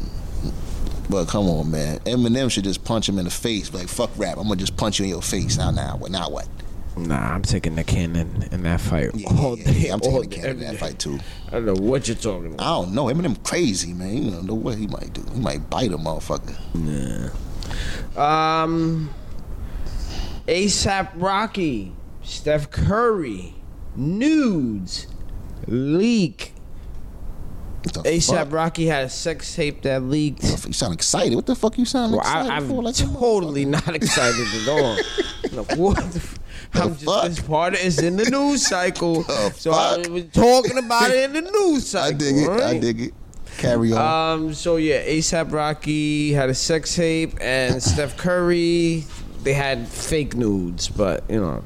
Speaker 2: but come on, man. Eminem should just punch him in the face. Like fuck rap. I'm gonna just punch you in your face. Now, now, what? Now what?
Speaker 1: Nah, I'm taking the cannon in that fight
Speaker 2: Yeah,
Speaker 1: all
Speaker 2: yeah, yeah,
Speaker 1: day.
Speaker 2: yeah. I'm
Speaker 1: all
Speaker 2: taking
Speaker 1: day,
Speaker 2: the Canada in
Speaker 1: every
Speaker 2: that
Speaker 1: day.
Speaker 2: fight too.
Speaker 1: I don't know what you're talking about.
Speaker 2: I don't know. Eminem crazy man. You don't know what he might do. He might bite a motherfucker.
Speaker 1: Um, ASAP Rocky, Steph Curry, nudes, leak,
Speaker 2: What the
Speaker 1: ASAP
Speaker 2: fuck?
Speaker 1: Rocky had a sex tape that leaked.
Speaker 2: You sound excited. What the fuck you sound
Speaker 1: Well,
Speaker 2: excited
Speaker 1: I, I'm
Speaker 2: for? Like,
Speaker 1: totally not excited at all. Like, what the f- I'm just
Speaker 2: fuck?
Speaker 1: this part is in the news cycle,
Speaker 2: The
Speaker 1: so I
Speaker 2: fuck?
Speaker 1: was talking about it in the news
Speaker 2: I
Speaker 1: cycle.
Speaker 2: dig it. I
Speaker 1: right?
Speaker 2: dig it. Carry on.
Speaker 1: Um. So yeah, ASAP Rocky had a sex tape, and Steph Curry they had fake nudes, but you know,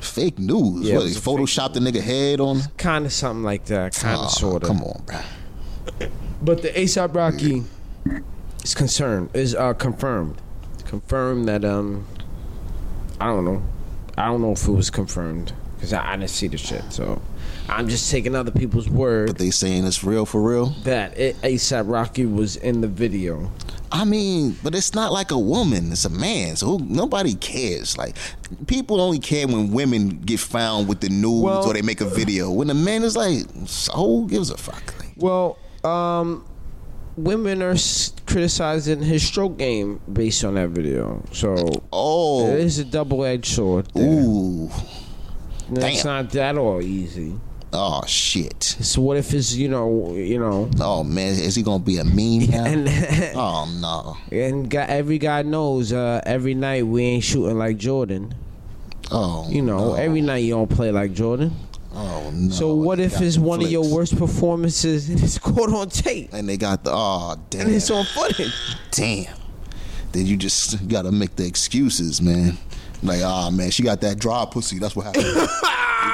Speaker 2: fake news.
Speaker 1: yeah, it
Speaker 2: what,
Speaker 1: was
Speaker 2: he
Speaker 1: a fake
Speaker 2: photoshopped the nigga head on?
Speaker 1: kind of something like that, kind of
Speaker 2: Aw,
Speaker 1: sort of.
Speaker 2: Come on, bro.
Speaker 1: But the ASAP Rocky is concerned is uh, confirmed, confirmed that um, I don't know, I don't know if it was confirmed because I, I didn't see the shit, so I'm just taking other people's word
Speaker 2: But they saying it's real for real.
Speaker 1: that ASAP Rocky was in the video.
Speaker 2: I mean, but it's not like a woman; it's a man. So who, nobody cares. Like people only care when women get found with the news
Speaker 1: Well-
Speaker 2: or they make a video. When a man is like, so who gives a fuck? Like,
Speaker 1: Well, um, women are s- criticizing his stroke game based on that video, so.
Speaker 2: oh,
Speaker 1: It is a double-edged sword. there.
Speaker 2: ooh,
Speaker 1: And it's
Speaker 2: damn.
Speaker 1: not that all easy.
Speaker 2: oh shit.
Speaker 1: So what if it's you know you know
Speaker 2: Oh man, is he gonna be a meme now?
Speaker 1: and
Speaker 2: oh no.
Speaker 1: And guy, every guy knows uh, every night we ain't shooting like Jordan.
Speaker 2: Oh,
Speaker 1: You know,
Speaker 2: no.
Speaker 1: every night you don't play like Jordan.
Speaker 2: Oh no.
Speaker 1: So what
Speaker 2: They
Speaker 1: if
Speaker 2: got
Speaker 1: it's
Speaker 2: the
Speaker 1: one of your
Speaker 2: flips.
Speaker 1: worst performances and it's caught on tape
Speaker 2: And they got the oh
Speaker 1: and
Speaker 2: damn.
Speaker 1: it's on footage?
Speaker 2: damn. Then you just gotta make the excuses, man. Like, ah, man, she got that dry pussy. That's what happened. you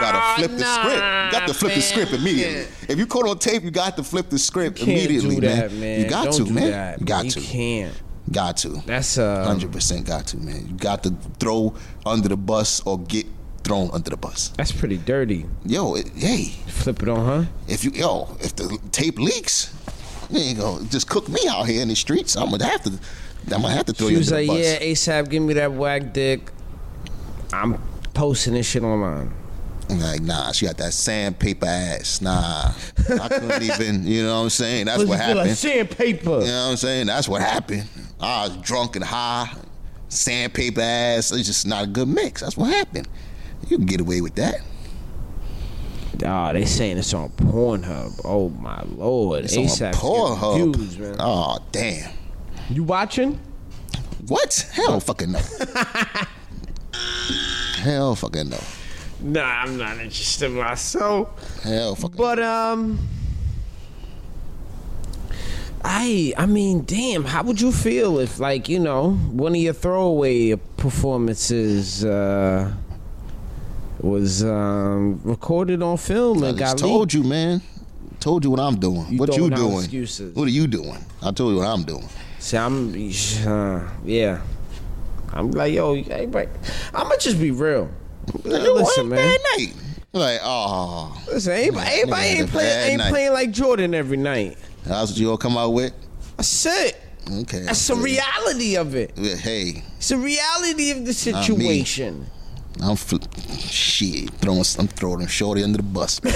Speaker 2: gotta flip the script. You got to flip the script immediately. If you caught on tape, you got to flip the script
Speaker 1: Can't
Speaker 2: immediately,
Speaker 1: do that,
Speaker 2: man.
Speaker 1: man.
Speaker 2: You got
Speaker 1: Don't
Speaker 2: to,
Speaker 1: do
Speaker 2: man.
Speaker 1: That,
Speaker 2: you got
Speaker 1: man.
Speaker 2: to.
Speaker 1: You can't.
Speaker 2: Got to.
Speaker 1: That's uh,
Speaker 2: Hundred percent got to, man. You got to throw under the bus or get thrown under the bus.
Speaker 1: that's pretty dirty.
Speaker 2: Yo, it, hey,
Speaker 1: Flip it on, huh?
Speaker 2: if you yo, if the tape leaks, you ain't gonna just cook me out here in the streets. I'm gonna have to, I'm gonna have to throw
Speaker 1: She
Speaker 2: you
Speaker 1: was
Speaker 2: under
Speaker 1: like,
Speaker 2: the bus.
Speaker 1: "Yeah, ASAP, give me that whack dick." I'm posting this shit online.
Speaker 2: I'm Like, nah, she got that sandpaper ass. Nah, I couldn't even, you know what I'm saying? That's what
Speaker 1: Feel like
Speaker 2: happened.
Speaker 1: sandpaper.
Speaker 2: You know what I'm saying? That's what happened. I was drunk and high, sandpaper ass. It's just not a good mix. That's what happened. You can get away with that.
Speaker 1: Oh, they saying it's on Pornhub. Oh my lord,
Speaker 2: It's
Speaker 1: ASAP
Speaker 2: on Pornhub.
Speaker 1: Views, man.
Speaker 2: Oh, damn.
Speaker 1: You watching?
Speaker 2: What? Hell fucking no. Hell fucking no.
Speaker 1: Nah, I'm not interested myself.
Speaker 2: Hell fucking
Speaker 1: But um, I I mean, damn, how would you feel if like you know one of your throwaway performances uh was um recorded on film
Speaker 2: I
Speaker 1: and
Speaker 2: just
Speaker 1: got
Speaker 2: told
Speaker 1: leaked?
Speaker 2: you, man. Told you what I'm doing.
Speaker 1: You
Speaker 2: what you
Speaker 1: throwing out
Speaker 2: doing?
Speaker 1: excuses.
Speaker 2: What are you doing? I told you what I'm doing.
Speaker 1: See, I'm uh, yeah. I'm like yo, everybody. I'ma just be real.
Speaker 2: You
Speaker 1: Listen,
Speaker 2: had a
Speaker 1: man.
Speaker 2: Bad night. Like, oh,
Speaker 1: Listen, everybody, everybody
Speaker 2: had a
Speaker 1: ain't playing
Speaker 2: bad
Speaker 1: ain't
Speaker 2: night.
Speaker 1: playing like Jordan every night.
Speaker 2: that's what you all come out with.
Speaker 1: That's it.
Speaker 2: Okay,
Speaker 1: That's the reality of it.
Speaker 2: Yeah, Hey,
Speaker 1: It's the reality of the
Speaker 2: me.
Speaker 1: situation.
Speaker 2: I'm fl- shit throwing. I'm throwing them shorty under the bus. man.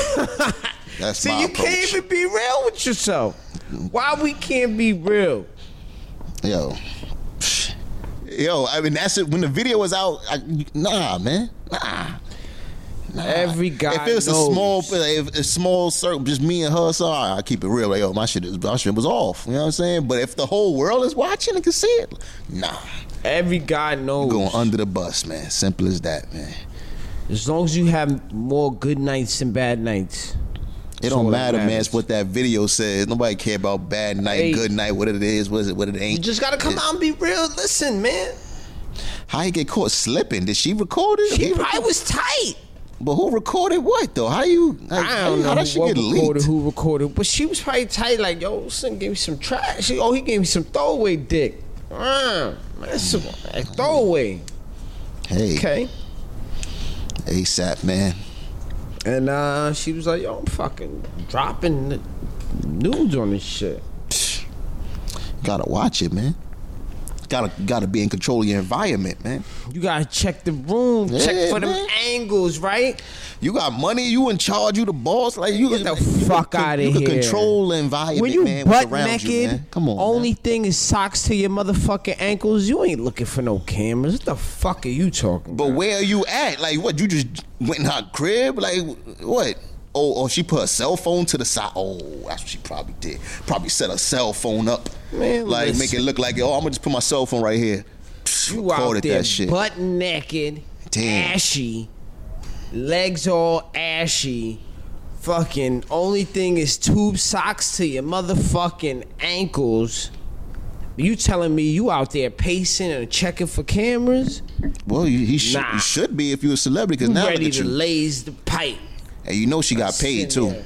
Speaker 2: That's
Speaker 1: See,
Speaker 2: my
Speaker 1: you
Speaker 2: approach.
Speaker 1: can't even be real with yourself. Why we can't be real?
Speaker 2: Yo, yo. I mean, that's it. When the video was out, I, nah, man, nah. Nah.
Speaker 1: Every guy
Speaker 2: If it was
Speaker 1: knows.
Speaker 2: a small, if a small circle, just me and her, so I, I keep it real. Like, yo, my shit, is, my shit was off. You know what I'm saying? But if the whole world is watching and can see it, nah.
Speaker 1: Every guy knows.
Speaker 2: going under the bus, man. Simple as that, man.
Speaker 1: As long as you have more good nights than bad nights.
Speaker 2: It
Speaker 1: So
Speaker 2: don't
Speaker 1: what
Speaker 2: matter, man.
Speaker 1: matters.
Speaker 2: It's what that video says. Nobody care about bad night,
Speaker 1: Hey.
Speaker 2: good night, what it is, what is it, what it
Speaker 1: You
Speaker 2: ain't.
Speaker 1: just gotta come out and be real. Listen, man.
Speaker 2: How he get caught slipping? Did she record it?
Speaker 1: He
Speaker 2: He-
Speaker 1: probably was tight.
Speaker 2: but who recorded what though? How you? How,
Speaker 1: I don't
Speaker 2: how
Speaker 1: know
Speaker 2: that shit
Speaker 1: what
Speaker 2: get
Speaker 1: recorded,
Speaker 2: leaked?
Speaker 1: who recorded, but she was probably tight. Like, yo, listen, gave me some trash. She- oh, he gave me some throwaway dick. Mm, that's some a throwaway.
Speaker 2: Hey,
Speaker 1: Okay.
Speaker 2: ASAP, man.
Speaker 1: And uh, she was like, yo, I'm fucking dropping the nudes on this shit.
Speaker 2: Psh. Gotta watch it, man. Gotta gotta be in control of your environment, man.
Speaker 1: You gotta check the room,
Speaker 2: Yeah,
Speaker 1: check for them
Speaker 2: man.
Speaker 1: angles, right?
Speaker 2: You got money, you in charge, you the boss. Like you
Speaker 1: Get the
Speaker 2: you
Speaker 1: fuck
Speaker 2: can-
Speaker 1: outta
Speaker 2: You can
Speaker 1: here.
Speaker 2: control the environment,
Speaker 1: when you
Speaker 2: man. what's
Speaker 1: butt
Speaker 2: around
Speaker 1: naked,
Speaker 2: you, man. Come on. man.
Speaker 1: only thing is socks to your motherfucking ankles. You ain't looking for no cameras. What the fuck are you talking?
Speaker 2: But where are you at? Like, what? You just went in her crib? Like, what? Oh, or she put her cell phone to the side. Oh, that's what she probably did. Probably set her cell phone up,
Speaker 1: Man,
Speaker 2: like
Speaker 1: listen.
Speaker 2: make it look like oh, I'm gonna just put my cell phone right here.
Speaker 1: You
Speaker 2: Called
Speaker 1: out
Speaker 2: it
Speaker 1: there
Speaker 2: that shit.
Speaker 1: butt naked,
Speaker 2: Damn.
Speaker 1: ashy, legs all ashy. Fucking only thing is tube socks to your motherfucking ankles. You telling me you out there pacing and checking for cameras?
Speaker 2: Well, you, he should,
Speaker 1: Nah.
Speaker 2: you should be if you're a celebrity because
Speaker 1: You
Speaker 2: now look
Speaker 1: ready
Speaker 2: at
Speaker 1: to
Speaker 2: you.
Speaker 1: laze the pipe?
Speaker 2: And you know she got paid
Speaker 1: Sitting
Speaker 2: too.
Speaker 1: there.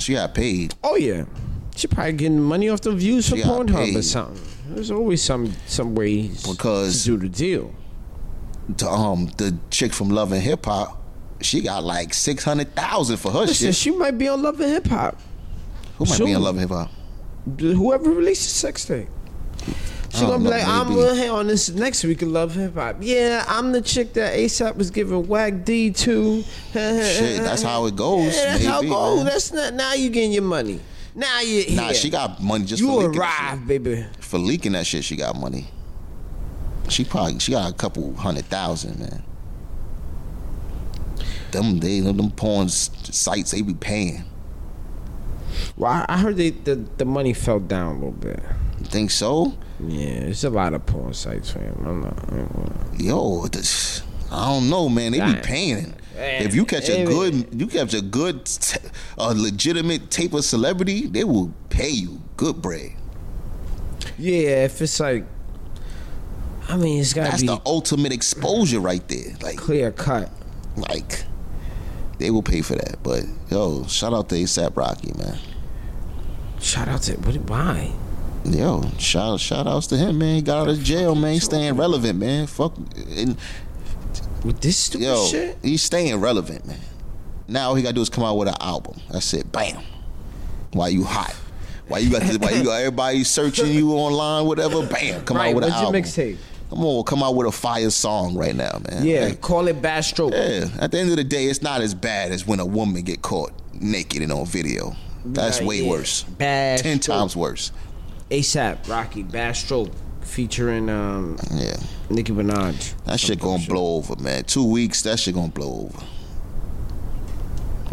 Speaker 2: She got paid.
Speaker 1: Oh yeah, she probably getting money off the views for
Speaker 2: She got
Speaker 1: Pornhub or
Speaker 2: paid.
Speaker 1: something. There's always some some ways
Speaker 2: Because-
Speaker 1: to do the deal.
Speaker 2: To, um, the chick from Love and Hip Hop, she got like six hundred thousand for her
Speaker 1: Listen,
Speaker 2: shit.
Speaker 1: she might be on Love and Hip Hop.
Speaker 2: Who might be
Speaker 1: soon.
Speaker 2: in Love and Hip Hop?
Speaker 1: whoever releases sex tape. She
Speaker 2: Oh,
Speaker 1: gonna be
Speaker 2: no,
Speaker 1: like, I'm
Speaker 2: maybe.
Speaker 1: on here on this next week of Love Hip Hop. Yeah, I'm the chick that ASAP was giving Whack D to.
Speaker 2: Shit, that's how it goes.
Speaker 1: Yeah, that's how it
Speaker 2: maybe,
Speaker 1: goes.
Speaker 2: man.
Speaker 1: That's not now you getting your money. Now you here.
Speaker 2: Nah, she got money just
Speaker 1: you
Speaker 2: for leaking that shit.
Speaker 1: arrived, baby.
Speaker 2: for leaking that shit. She got money. She probably she got a couple hundred thousand, man. Them they them porn s- sites they be paying.
Speaker 1: Well, I- I heard they, the the money fell down a little bit.
Speaker 2: You think so?
Speaker 1: Yeah, it's a lot of porn sites, fam. I'm not. I'm not-
Speaker 2: Yo, this, I don't know, man. They be
Speaker 1: Nah.
Speaker 2: paying.
Speaker 1: Man,
Speaker 2: If you catch a
Speaker 1: they be-
Speaker 2: good, you catch a good, t- a legitimate tape of celebrity, they will pay you good bread.
Speaker 1: Yeah, if it's like, I mean, it's gotta
Speaker 2: That's
Speaker 1: be
Speaker 2: the ultimate exposure right there. Like
Speaker 1: clear cut.
Speaker 2: like they will pay for that. But yo, shout out to ASAP Rocky, man.
Speaker 1: Shout out to what? Why?
Speaker 2: Yo, shout shout outs to him, man. He got out of jail, man. He's staying relevant, man. Fuck, and,
Speaker 1: With this stupid
Speaker 2: yo,
Speaker 1: shit?
Speaker 2: he's staying relevant, man. Now all he gotta do is come out with an album. That's it. Bam. Why you hot? Why you got this? Why you got everybody searching you online? Whatever. Bam. Come
Speaker 1: Right,
Speaker 2: out with an
Speaker 1: what's your
Speaker 2: album.
Speaker 1: mixtape?
Speaker 2: Come on, come out with a fire song right now, man.
Speaker 1: Yeah,
Speaker 2: Like,
Speaker 1: call it bad stroke.
Speaker 2: Yeah, at the end of the day, it's not as bad as when a woman get caught naked and on video. That's
Speaker 1: Right,
Speaker 2: way
Speaker 1: yeah.
Speaker 2: worse.
Speaker 1: Bad
Speaker 2: Ten
Speaker 1: stroke.
Speaker 2: times worse.
Speaker 1: ASAP Rocky bad stroke featuring um
Speaker 2: Yeah,
Speaker 1: Nicki Minaj.
Speaker 2: that shit gonna blow over, man. Two weeks, that shit gonna blow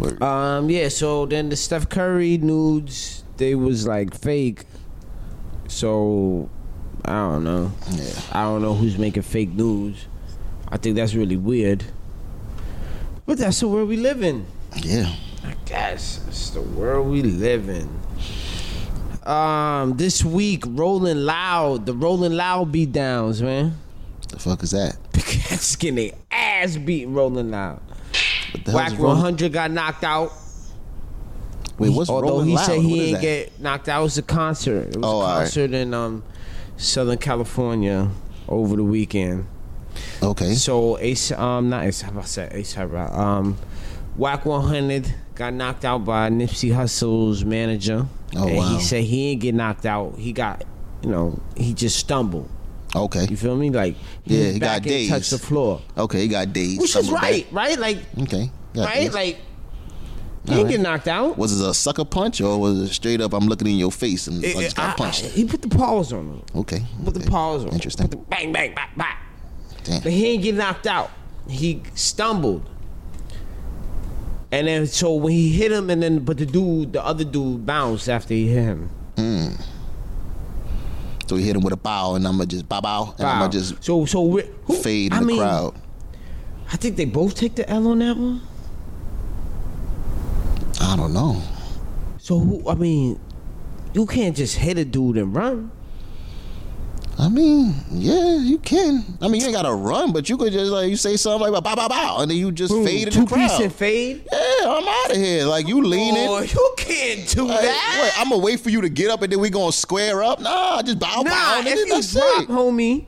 Speaker 2: over. Word.
Speaker 1: Um yeah, so then the Steph Curry nudes they was like fake. So I don't know.
Speaker 2: Yeah.
Speaker 1: I don't know who's making fake news. I think that's really weird. But that's the world we live in.
Speaker 2: yeah,
Speaker 1: I guess it's the world we live in. Um, this week, Rolling Loud, the Rolling Loud beat downs, man.
Speaker 2: the fuck is that?
Speaker 1: Cats getting their ass beat Rolling Loud.
Speaker 2: What the hell
Speaker 1: Whack
Speaker 2: is Rolling-
Speaker 1: 100 got knocked out.
Speaker 2: Wait, what's
Speaker 1: Although
Speaker 2: Rolling
Speaker 1: he
Speaker 2: Loud?
Speaker 1: said
Speaker 2: What
Speaker 1: he
Speaker 2: is
Speaker 1: ain't
Speaker 2: that?
Speaker 1: get knocked out. It was a concert. It was
Speaker 2: Oh, all
Speaker 1: a
Speaker 2: right.
Speaker 1: concert in um, Southern California over the weekend.
Speaker 2: okay.
Speaker 1: So Ace, um, not Ace, I said Ace Rock. Um, Whack 100 got knocked out by Nipsey Hussle's manager,
Speaker 2: Oh,
Speaker 1: and
Speaker 2: wow.
Speaker 1: he said he didn't get knocked out. He got, you know, he just stumbled.
Speaker 2: Okay,
Speaker 1: You feel me? Like he
Speaker 2: Yeah,
Speaker 1: was
Speaker 2: he got
Speaker 1: back and touched
Speaker 2: dazed.
Speaker 1: the floor,
Speaker 2: okay, he got days.
Speaker 1: which is
Speaker 2: stumbled back.
Speaker 1: right, right? Like,
Speaker 2: Okay, got
Speaker 1: right?
Speaker 2: days.
Speaker 1: Like, he
Speaker 2: All
Speaker 1: didn't
Speaker 2: right.
Speaker 1: get knocked out.
Speaker 2: was it a sucker punch or was it straight up? I'm looking in your face and
Speaker 1: It-
Speaker 2: I
Speaker 1: it-
Speaker 2: just got
Speaker 1: I-
Speaker 2: punched.
Speaker 1: I- he put the paws on him.
Speaker 2: okay,
Speaker 1: Put
Speaker 2: okay.
Speaker 1: the paws on. him.
Speaker 2: Interesting.
Speaker 1: Put the bang, bang, bang, bang.
Speaker 2: Damn.
Speaker 1: But he didn't get knocked out. He stumbled. And then so when he hit him, and then but the dude, the other dude bounced after he hit him.
Speaker 2: So he hit him with a bow, and I'm gonna just bow bow, and I'm
Speaker 1: Wow.
Speaker 2: gonna just
Speaker 1: so so we're- who,
Speaker 2: fade in
Speaker 1: I
Speaker 2: the
Speaker 1: mean,
Speaker 2: crowd.
Speaker 1: I think they both take the L on that one.
Speaker 2: I don't know.
Speaker 1: So who? I mean, you can't just hit a dude and run.
Speaker 2: I mean, yeah, you can. I mean, you ain't gotta run, but you could just like you say something like bow bow bow, and then you just fade in
Speaker 1: two
Speaker 2: the crowd.
Speaker 1: piece and fade.
Speaker 2: yeah, I'm out of here. Like you lean
Speaker 1: Oh,
Speaker 2: in.
Speaker 1: you can't do
Speaker 2: Like,
Speaker 1: that.
Speaker 2: what, I'm gonna wait for you to get up, and then we gonna square up. Nah, just bow bow.
Speaker 1: Nah,
Speaker 2: Oh, nigga,
Speaker 1: if you
Speaker 2: that's
Speaker 1: drop,
Speaker 2: it.
Speaker 1: homie.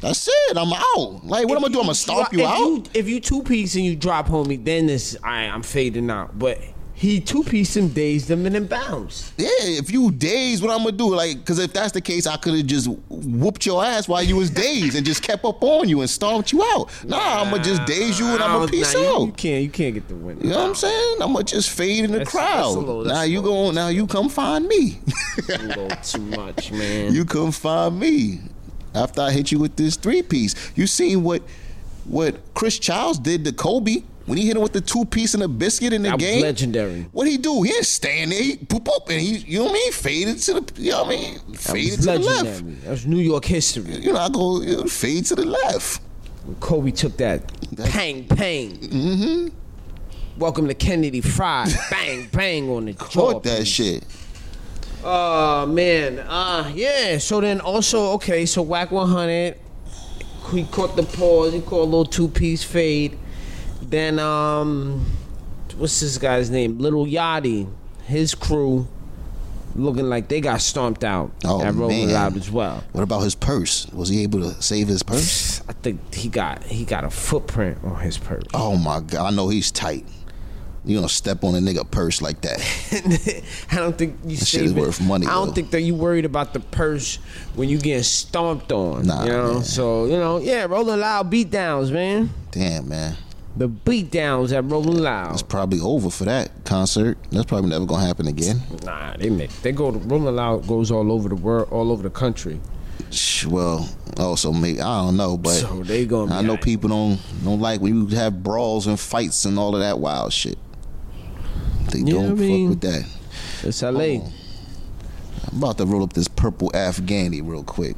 Speaker 2: That's it. I'm out. Like what I'm gonna do? I'm gonna stomp you
Speaker 1: if
Speaker 2: out.
Speaker 1: You, if you two piece and you drop, homie, then it's I, I'm fading out. But he two piece him, dazed him, and then bounced.
Speaker 2: Yeah, if you dazed, what I'm gonna do? Like, cause if that's the case, I could have just whooped your ass while you was dazed and just kept up on you and stomped you out. Nah, I'm gonna just daze you and
Speaker 1: I
Speaker 2: I'm gonna
Speaker 1: don't-
Speaker 2: peace
Speaker 1: nah, you- You,
Speaker 2: out.
Speaker 1: can't, you can't get the win.
Speaker 2: You know what I'm saying? I'm gonna just fade in the
Speaker 1: That's- that's a
Speaker 2: crowd.
Speaker 1: little- that's
Speaker 2: now
Speaker 1: a
Speaker 2: you
Speaker 1: little-
Speaker 2: go. Now you come find me.
Speaker 1: A little too much, man.
Speaker 2: you come find me after I hit you with this three piece. You seen what what Chris Childs did to Kobe? When he hit him with the two piece and the biscuit in the
Speaker 1: That was
Speaker 2: game,
Speaker 1: legendary.
Speaker 2: What he do? He didn't stand there. He poop up and he, you know what I mean? He Faded to the, you know what I mean?
Speaker 1: That was
Speaker 2: Faded to the
Speaker 1: legendary.
Speaker 2: left.
Speaker 1: That was New York history.
Speaker 2: You know, I go you know, fade to the left.
Speaker 1: When Kobe took that
Speaker 2: That-
Speaker 1: pang pang. Mm-hmm. Welcome to Kennedy Fried. bang bang on the jaw.
Speaker 2: Caught that shit.
Speaker 1: Oh man, uh, yeah. So then also okay, so whack 100. He caught the pause. He caught a little two piece fade. Then um, what's this guy's name? Little Yachty, his crew, looking like they got stomped out
Speaker 2: Oh,
Speaker 1: at Rolling
Speaker 2: man.
Speaker 1: Loud as well.
Speaker 2: What about his purse? Was he able to save his purse?
Speaker 1: I think he got he got a footprint on his purse.
Speaker 2: Oh my god, I know he's tight. You gonna step on a nigga purse like that?
Speaker 1: I don't think you
Speaker 2: That shit
Speaker 1: save
Speaker 2: is
Speaker 1: it.
Speaker 2: worth money,
Speaker 1: I don't
Speaker 2: though.
Speaker 1: think that you worried about the purse when you getting stomped on.
Speaker 2: Nah,
Speaker 1: you know,
Speaker 2: man.
Speaker 1: so you know, yeah, Rolling Loud beatdowns, man.
Speaker 2: Damn, man,
Speaker 1: The beatdowns at Rolling Loud.
Speaker 2: it's probably over for that concert. That's probably never gonna happen again.
Speaker 1: Nah, they make they go to Rolling Loud goes all over the world, all over the country.
Speaker 2: Shh, Well, also maybe I don't know, but
Speaker 1: So they gonna.
Speaker 2: I
Speaker 1: be
Speaker 2: know
Speaker 1: aight.
Speaker 2: people don't don't like when you have brawls and fights and all of that wild shit. They
Speaker 1: know
Speaker 2: don't
Speaker 1: what I mean?
Speaker 2: fuck with that.
Speaker 1: It's LA,
Speaker 2: I'm about to roll up this purple Afghani real quick.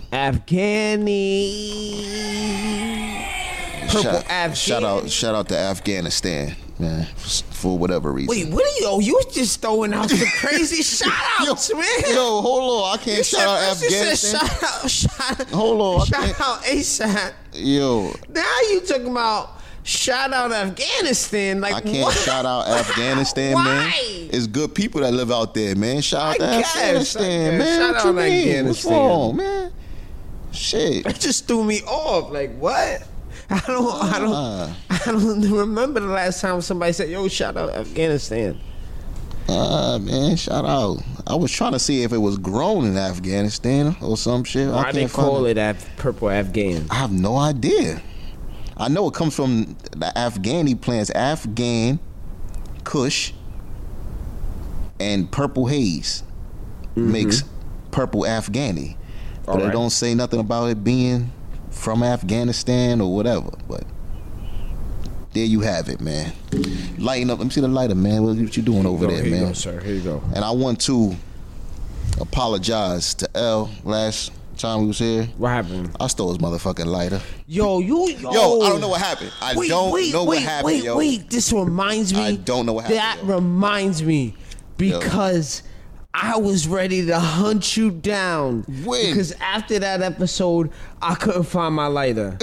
Speaker 1: Afghani. Purple
Speaker 2: shout,
Speaker 1: Afghani.
Speaker 2: shout out, shout out to Afghanistan, man, for whatever reason.
Speaker 1: Wait, what are you? Oh, you was just throwing out some crazy shout outs, man.
Speaker 2: Yo, hold on. I can't
Speaker 1: You
Speaker 2: shout
Speaker 1: said-
Speaker 2: out
Speaker 1: first you said
Speaker 2: Afghanistan.
Speaker 1: Shout out, shout out.
Speaker 2: Hold on, I
Speaker 1: Shout
Speaker 2: can't-
Speaker 1: out ASAP.
Speaker 2: Yo,
Speaker 1: Now you talking about shout out Afghanistan. Like
Speaker 2: I can't
Speaker 1: what?
Speaker 2: shout out Afghanistan,
Speaker 1: Why?
Speaker 2: man. It's good people that live out there, man. Shout out
Speaker 1: I
Speaker 2: to
Speaker 1: guess, I
Speaker 2: Afghanistan,
Speaker 1: guess.
Speaker 2: man.
Speaker 1: Shout
Speaker 2: what you
Speaker 1: out
Speaker 2: mean?
Speaker 1: Afghanistan.
Speaker 2: What's wrong, man? Shit.
Speaker 1: That just threw me off. Like what? I don't. I don't.
Speaker 2: Uh.
Speaker 1: I don't remember the last time somebody said, "Yo, shout out Afghanistan."
Speaker 2: Uh, man, shout out. I was trying to see if it was grown in Afghanistan or some shit. I
Speaker 1: Why
Speaker 2: can't
Speaker 1: they
Speaker 2: find
Speaker 1: call it Af- purple Afghan?
Speaker 2: I have no idea. I know it comes from the Afghani plants, Afghan, Kush, and Purple Haze makes Purple Afghani. But
Speaker 1: Mm-hmm. Alright.
Speaker 2: I don't say nothing about it being from Afghanistan or whatever. But there you have it, man. Lighten up. Let me see the lighter, man. What, what you doing over
Speaker 1: Go,
Speaker 2: there,
Speaker 1: here
Speaker 2: man?
Speaker 1: you go, sir. Here you go.
Speaker 2: And I want to apologize to L last time we was here.
Speaker 1: What happened?
Speaker 2: I stole his motherfucking lighter.
Speaker 1: Yo, you. Yo,
Speaker 2: Yo, I don't know what happened. I don't know what happened,
Speaker 1: Oh. wait,
Speaker 2: yo.
Speaker 1: Wait, this reminds me.
Speaker 2: I don't know what happened,
Speaker 1: That
Speaker 2: yo.
Speaker 1: reminds me because I was ready to hunt you down.
Speaker 2: When?
Speaker 1: Because after that episode, I couldn't find my lighter.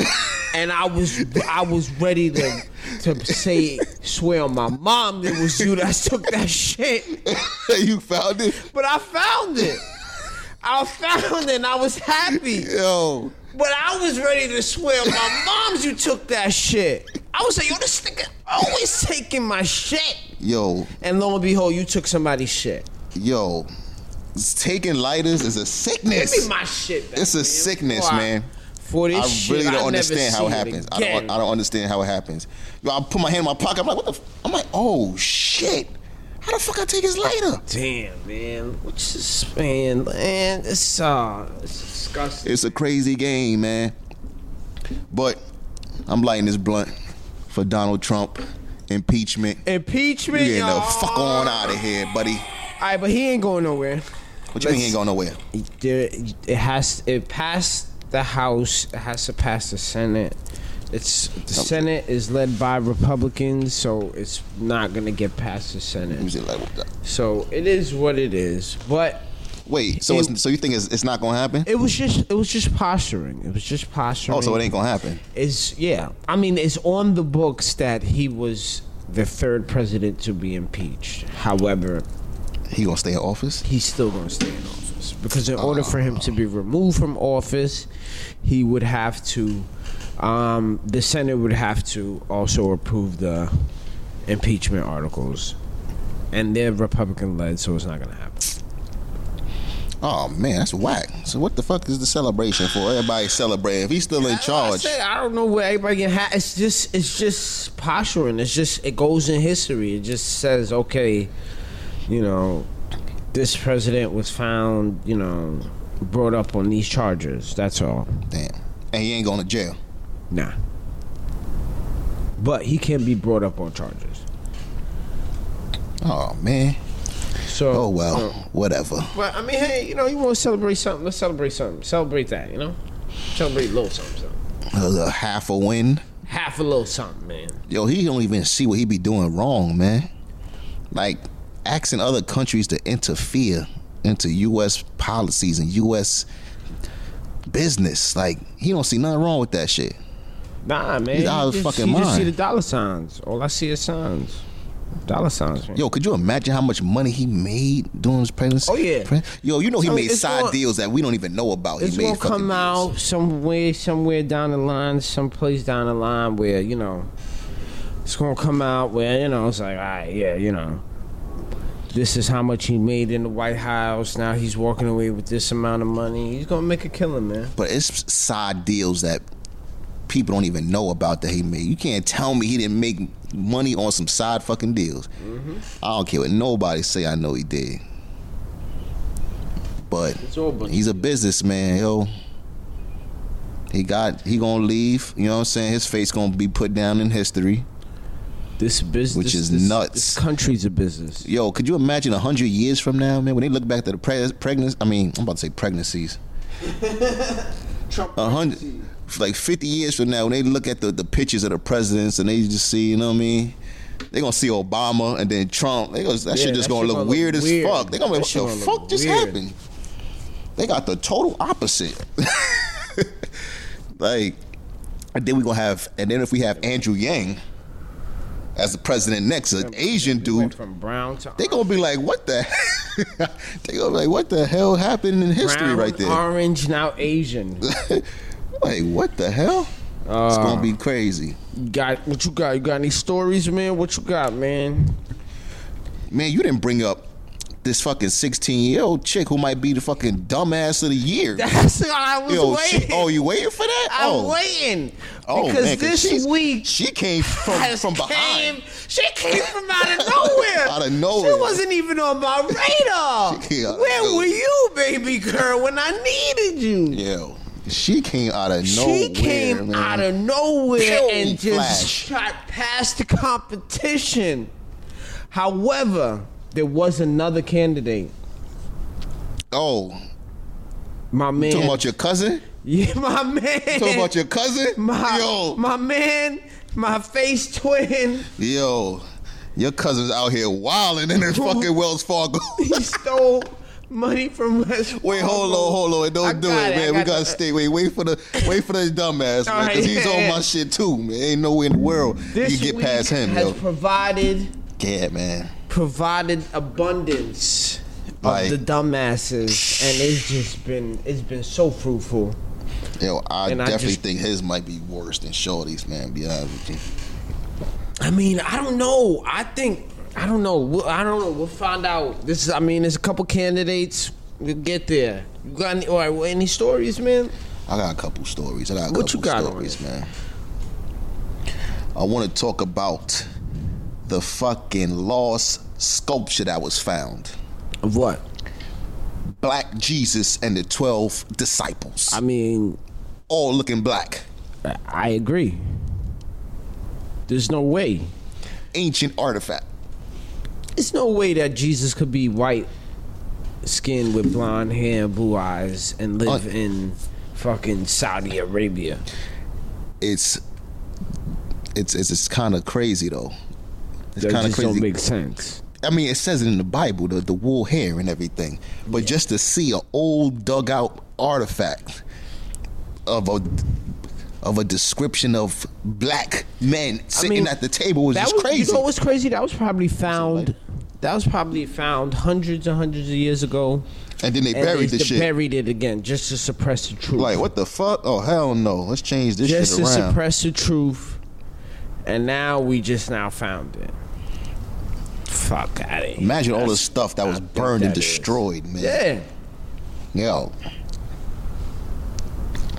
Speaker 1: And I was I was ready to to say swear on my mom that it was you that took that shit,
Speaker 2: you found it?
Speaker 1: but I found it. I found it and I was happy.
Speaker 2: Yo.
Speaker 1: But I was ready to swear my mom's you took that shit. I was like, yo, this nigga always taking my shit.
Speaker 2: Yo,
Speaker 1: And lo and behold, you took somebody's shit.
Speaker 2: yo. Taking lighters is a
Speaker 1: Give me
Speaker 2: sickness.
Speaker 1: my shit. Back,
Speaker 2: It's a
Speaker 1: man,
Speaker 2: sickness,
Speaker 1: before I-
Speaker 2: man.
Speaker 1: For this
Speaker 2: I
Speaker 1: shit,
Speaker 2: really
Speaker 1: I'll
Speaker 2: don't
Speaker 1: never
Speaker 2: understand how it
Speaker 1: see
Speaker 2: happens. I don't
Speaker 1: again.
Speaker 2: I don't understand how it happens. Yo, I put my hand in my pocket, I'm like, what the f-? I'm like, oh shit. How the fuck I take his lighter?
Speaker 1: Damn, man. What's this, man? Man, it's uh, it's disgusting.
Speaker 2: It's a crazy game, man. But I'm lighting this blunt for Donald Trump impeachment.
Speaker 1: Impeachment,
Speaker 2: You getting
Speaker 1: y'all.
Speaker 2: the fuck on out of here, buddy.
Speaker 1: All right, but he ain't going nowhere.
Speaker 2: What you mean he
Speaker 1: Let's-
Speaker 2: ain't going nowhere?
Speaker 1: There, it has it passed the House. It has to pass the Senate. It's the Senate is led by Republicans, so it's not gonna get past the
Speaker 2: He was
Speaker 1: Senate.
Speaker 2: like,
Speaker 1: So it is what it is. But
Speaker 2: Wait, so
Speaker 1: It-
Speaker 2: it's, so you think it's, it's not gonna happen?
Speaker 1: it was just it was just posturing. It was just posturing.
Speaker 2: Oh, so it ain't gonna happen.
Speaker 1: is yeah. I mean, it's on the books that he was the third president to be impeached. However,
Speaker 2: He gonna stay in office?
Speaker 1: he's still going to stay in office because in order for him to be removed from office, he would have to. Um, the Senate would have to also approve the impeachment articles, and they're Republican led, so it's not going to happen.
Speaker 2: Oh man, that's whack. So what the fuck is the celebration for? Everybody celebrating. If he's still in charge,
Speaker 1: I, said, I don't know where everybody can ha- It's just, it's just posturing. It's just, it goes in history. It just says, okay, you know, this president was found, you know, brought up on these charges. That's all.
Speaker 2: damn, and he ain't going to jail.
Speaker 1: Nah. but he can be brought up on charges.
Speaker 2: Oh man.
Speaker 1: So
Speaker 2: Oh well.
Speaker 1: Mm.
Speaker 2: Whatever.
Speaker 1: But I mean, hey, you know, you want to celebrate something? Let's celebrate something. Celebrate that, you know. Celebrate a little something, something.
Speaker 2: A little half a win.
Speaker 1: half a little something, man.
Speaker 2: Yo, he don't even see what he be doing wrong, man. Like asking other countries to interfere into U.S. policies and U.S. business. Like he don't see nothing wrong with that shit.
Speaker 1: Nah, man.
Speaker 2: He's
Speaker 1: you
Speaker 2: out of his
Speaker 1: just-
Speaker 2: fucking
Speaker 1: you just see the
Speaker 2: mind.
Speaker 1: dollar signs. All I see is signs. Dollar signs, man.
Speaker 2: Yo, could you imagine how much money he made during his presidency?
Speaker 1: Oh, yeah.
Speaker 2: Pre- Yo, you know he
Speaker 1: So
Speaker 2: made
Speaker 1: it's
Speaker 2: side
Speaker 1: gonna-
Speaker 2: deals that we don't even know about.
Speaker 1: it's
Speaker 2: he made
Speaker 1: gonna
Speaker 2: fucking
Speaker 1: come
Speaker 2: deals.
Speaker 1: out somewhere, somewhere down the line, someplace down the line where you know it's gonna come out where you know it's like, all right, yeah, you know, this is how much he made in the White House. Now he's walking away with this amount of money. He's gonna make a killing, man.
Speaker 2: But it's side deals that people don't even know about that he made. You can't tell me he didn't make money on some side fucking deals.
Speaker 1: Mm-hmm.
Speaker 2: I don't care what nobody say. I know he did. But
Speaker 1: It's all bunch.
Speaker 2: he's a businessman, yo. He got he gonna leave. You know what I'm saying? His face gonna be put down in history.
Speaker 1: This business,
Speaker 2: Which is
Speaker 1: this-
Speaker 2: nuts.
Speaker 1: This country's a business.
Speaker 2: Yo, could you imagine a hundred years from now, man? When they look back to the pre- pregnancy, I mean, I'm about to say pregnancies. A hundred, like fifty years from now, when they look at the, the pictures of the presidents and they just see, you know what I mean? They gonna see Obama and then Trump. They gonna, that
Speaker 1: Yeah,
Speaker 2: shit just
Speaker 1: that
Speaker 2: gonna
Speaker 1: shit
Speaker 2: look
Speaker 1: gonna look
Speaker 2: weird as
Speaker 1: weird.
Speaker 2: fuck. They gonna be
Speaker 1: That
Speaker 2: like,
Speaker 1: shit
Speaker 2: what
Speaker 1: gonna
Speaker 2: the
Speaker 1: look
Speaker 2: fuck just
Speaker 1: weird."
Speaker 2: happened? They got the total opposite. like, and then we gonna have, and then if we have Andrew Yang as the president next, an Asian
Speaker 1: We went
Speaker 2: dude.
Speaker 1: from brown to
Speaker 2: They gonna be like, what the? they gonna be like, what the hell happened in history
Speaker 1: brown,
Speaker 2: right there?
Speaker 1: orange, now Asian.
Speaker 2: like, what the hell? it's gonna
Speaker 1: Uh.
Speaker 2: be crazy,
Speaker 1: got what you got? You got any stories, man? What you got, man?
Speaker 2: man. You didn't bring up this fucking sixteen-year-old chick who might be the fucking dumbass of the year.
Speaker 1: That's what I was
Speaker 2: Yo, she-
Speaker 1: waiting.
Speaker 2: oh, you waiting for that?
Speaker 1: I'm
Speaker 2: oh,
Speaker 1: waiting
Speaker 2: oh,
Speaker 1: because
Speaker 2: man, 'cause
Speaker 1: this
Speaker 2: she's-
Speaker 1: week
Speaker 2: she came from
Speaker 1: has
Speaker 2: from behind.
Speaker 1: Came, she came from out of nowhere.
Speaker 2: Out of nowhere.
Speaker 1: She wasn't even on my radar.
Speaker 2: She came out of
Speaker 1: Where were
Speaker 2: nowhere.
Speaker 1: you, baby girl, when I needed you?
Speaker 2: Yo, she came out of nowhere.
Speaker 1: She came
Speaker 2: man.
Speaker 1: out of nowhere
Speaker 2: Pew,
Speaker 1: and just
Speaker 2: flash.
Speaker 1: shot past the competition. However, there was another candidate.
Speaker 2: Oh,
Speaker 1: My man.
Speaker 2: talking about your cousin?
Speaker 1: yeah, my man.
Speaker 2: Talking about your cousin?
Speaker 1: my,
Speaker 2: Yo,
Speaker 1: my man, my face twin.
Speaker 2: Yo, your cousin's out here wilding in the fucking Wells Fargo.
Speaker 1: He stole money from West.
Speaker 2: Wait, hold on, hold on. Don't
Speaker 1: I
Speaker 2: do it,
Speaker 1: got it, I
Speaker 2: man. we
Speaker 1: got
Speaker 2: gotta
Speaker 1: the- uh,
Speaker 2: stay. Wait, wait for the wait for this dumbass, man.
Speaker 1: Alright,
Speaker 2: Cause he's
Speaker 1: yeah.
Speaker 2: on my shit too, man. Ain't no way in the world you
Speaker 1: This
Speaker 2: can get
Speaker 1: week
Speaker 2: past him,
Speaker 1: has
Speaker 2: yo.
Speaker 1: provided
Speaker 2: Yeah, man.
Speaker 1: provided abundance
Speaker 2: Like-
Speaker 1: of the dumbasses, and it's just been it's been so fruitful.
Speaker 2: Yo, I
Speaker 1: And I
Speaker 2: definitely
Speaker 1: just-
Speaker 2: think his might be worse than Shorty's, man. Be honest with you.
Speaker 1: I mean, I don't know. I think I don't know. We'll, I don't know. We'll find out. This is. I mean, there's a couple candidates. We'll get there. You got any, all right, any stories, man?
Speaker 2: I got a couple stories. I got a
Speaker 1: What
Speaker 2: couple
Speaker 1: you got on
Speaker 2: stories,
Speaker 1: it?
Speaker 2: man. I want to talk about the fucking lost sculpture that was found.
Speaker 1: Of what?
Speaker 2: black Jesus and the 12 disciples,
Speaker 1: I mean,
Speaker 2: all looking black.
Speaker 1: I- I agree. There's no way.
Speaker 2: Ancient artifact.
Speaker 1: There's no way that Jesus could be white skinned with blonde hair and blue eyes and live
Speaker 2: Oh.
Speaker 1: in fucking Saudi Arabia.
Speaker 2: It's it's it's, it's kind of crazy though. It's
Speaker 1: That
Speaker 2: kind of
Speaker 1: just
Speaker 2: crazy.
Speaker 1: don't make sense.
Speaker 2: I mean, it says it in the Bible, the, the wool hair and everything. But just to see an old dug out artifact of a of a description of black men sitting
Speaker 1: mean,
Speaker 2: at the table was just crazy.
Speaker 1: You know what's crazy? That was probably found. That was probably found hundreds and hundreds of years ago.
Speaker 2: and then they
Speaker 1: And
Speaker 2: buried
Speaker 1: they
Speaker 2: the shit.
Speaker 1: Buried it again, just to suppress the truth.
Speaker 2: like what the fuck? Oh hell no! Let's change this
Speaker 1: just
Speaker 2: shit
Speaker 1: to
Speaker 2: around.
Speaker 1: suppress the truth. And now we just now found it. Fuck out of here.
Speaker 2: Imagine all the
Speaker 1: That's-
Speaker 2: stuff that was
Speaker 1: think
Speaker 2: burned and
Speaker 1: that is.
Speaker 2: destroyed, man.
Speaker 1: Yeah,
Speaker 2: Yo,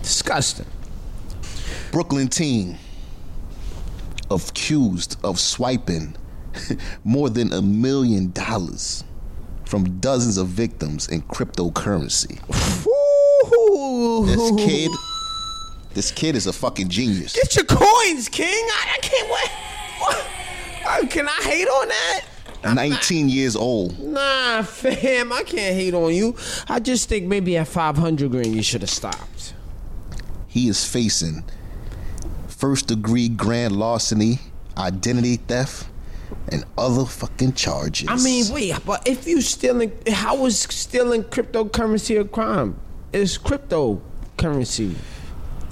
Speaker 1: disgusting.
Speaker 2: Brooklyn teen accused of swiping more than a million dollars from dozens of victims in cryptocurrency. This kid This kid is a fucking genius.
Speaker 1: Get your coins, King. I, I can't wait. What? Uh, Can I hate on that?
Speaker 2: 19 years old.
Speaker 1: Nah, fam, I can't hate on you. I just think maybe at 500 grand you should have stopped.
Speaker 2: He is facing first degree grand larceny, identity theft, and other fucking charges.
Speaker 1: I mean, wait, but if you stealing, how is stealing cryptocurrency a crime? It's cryptocurrency.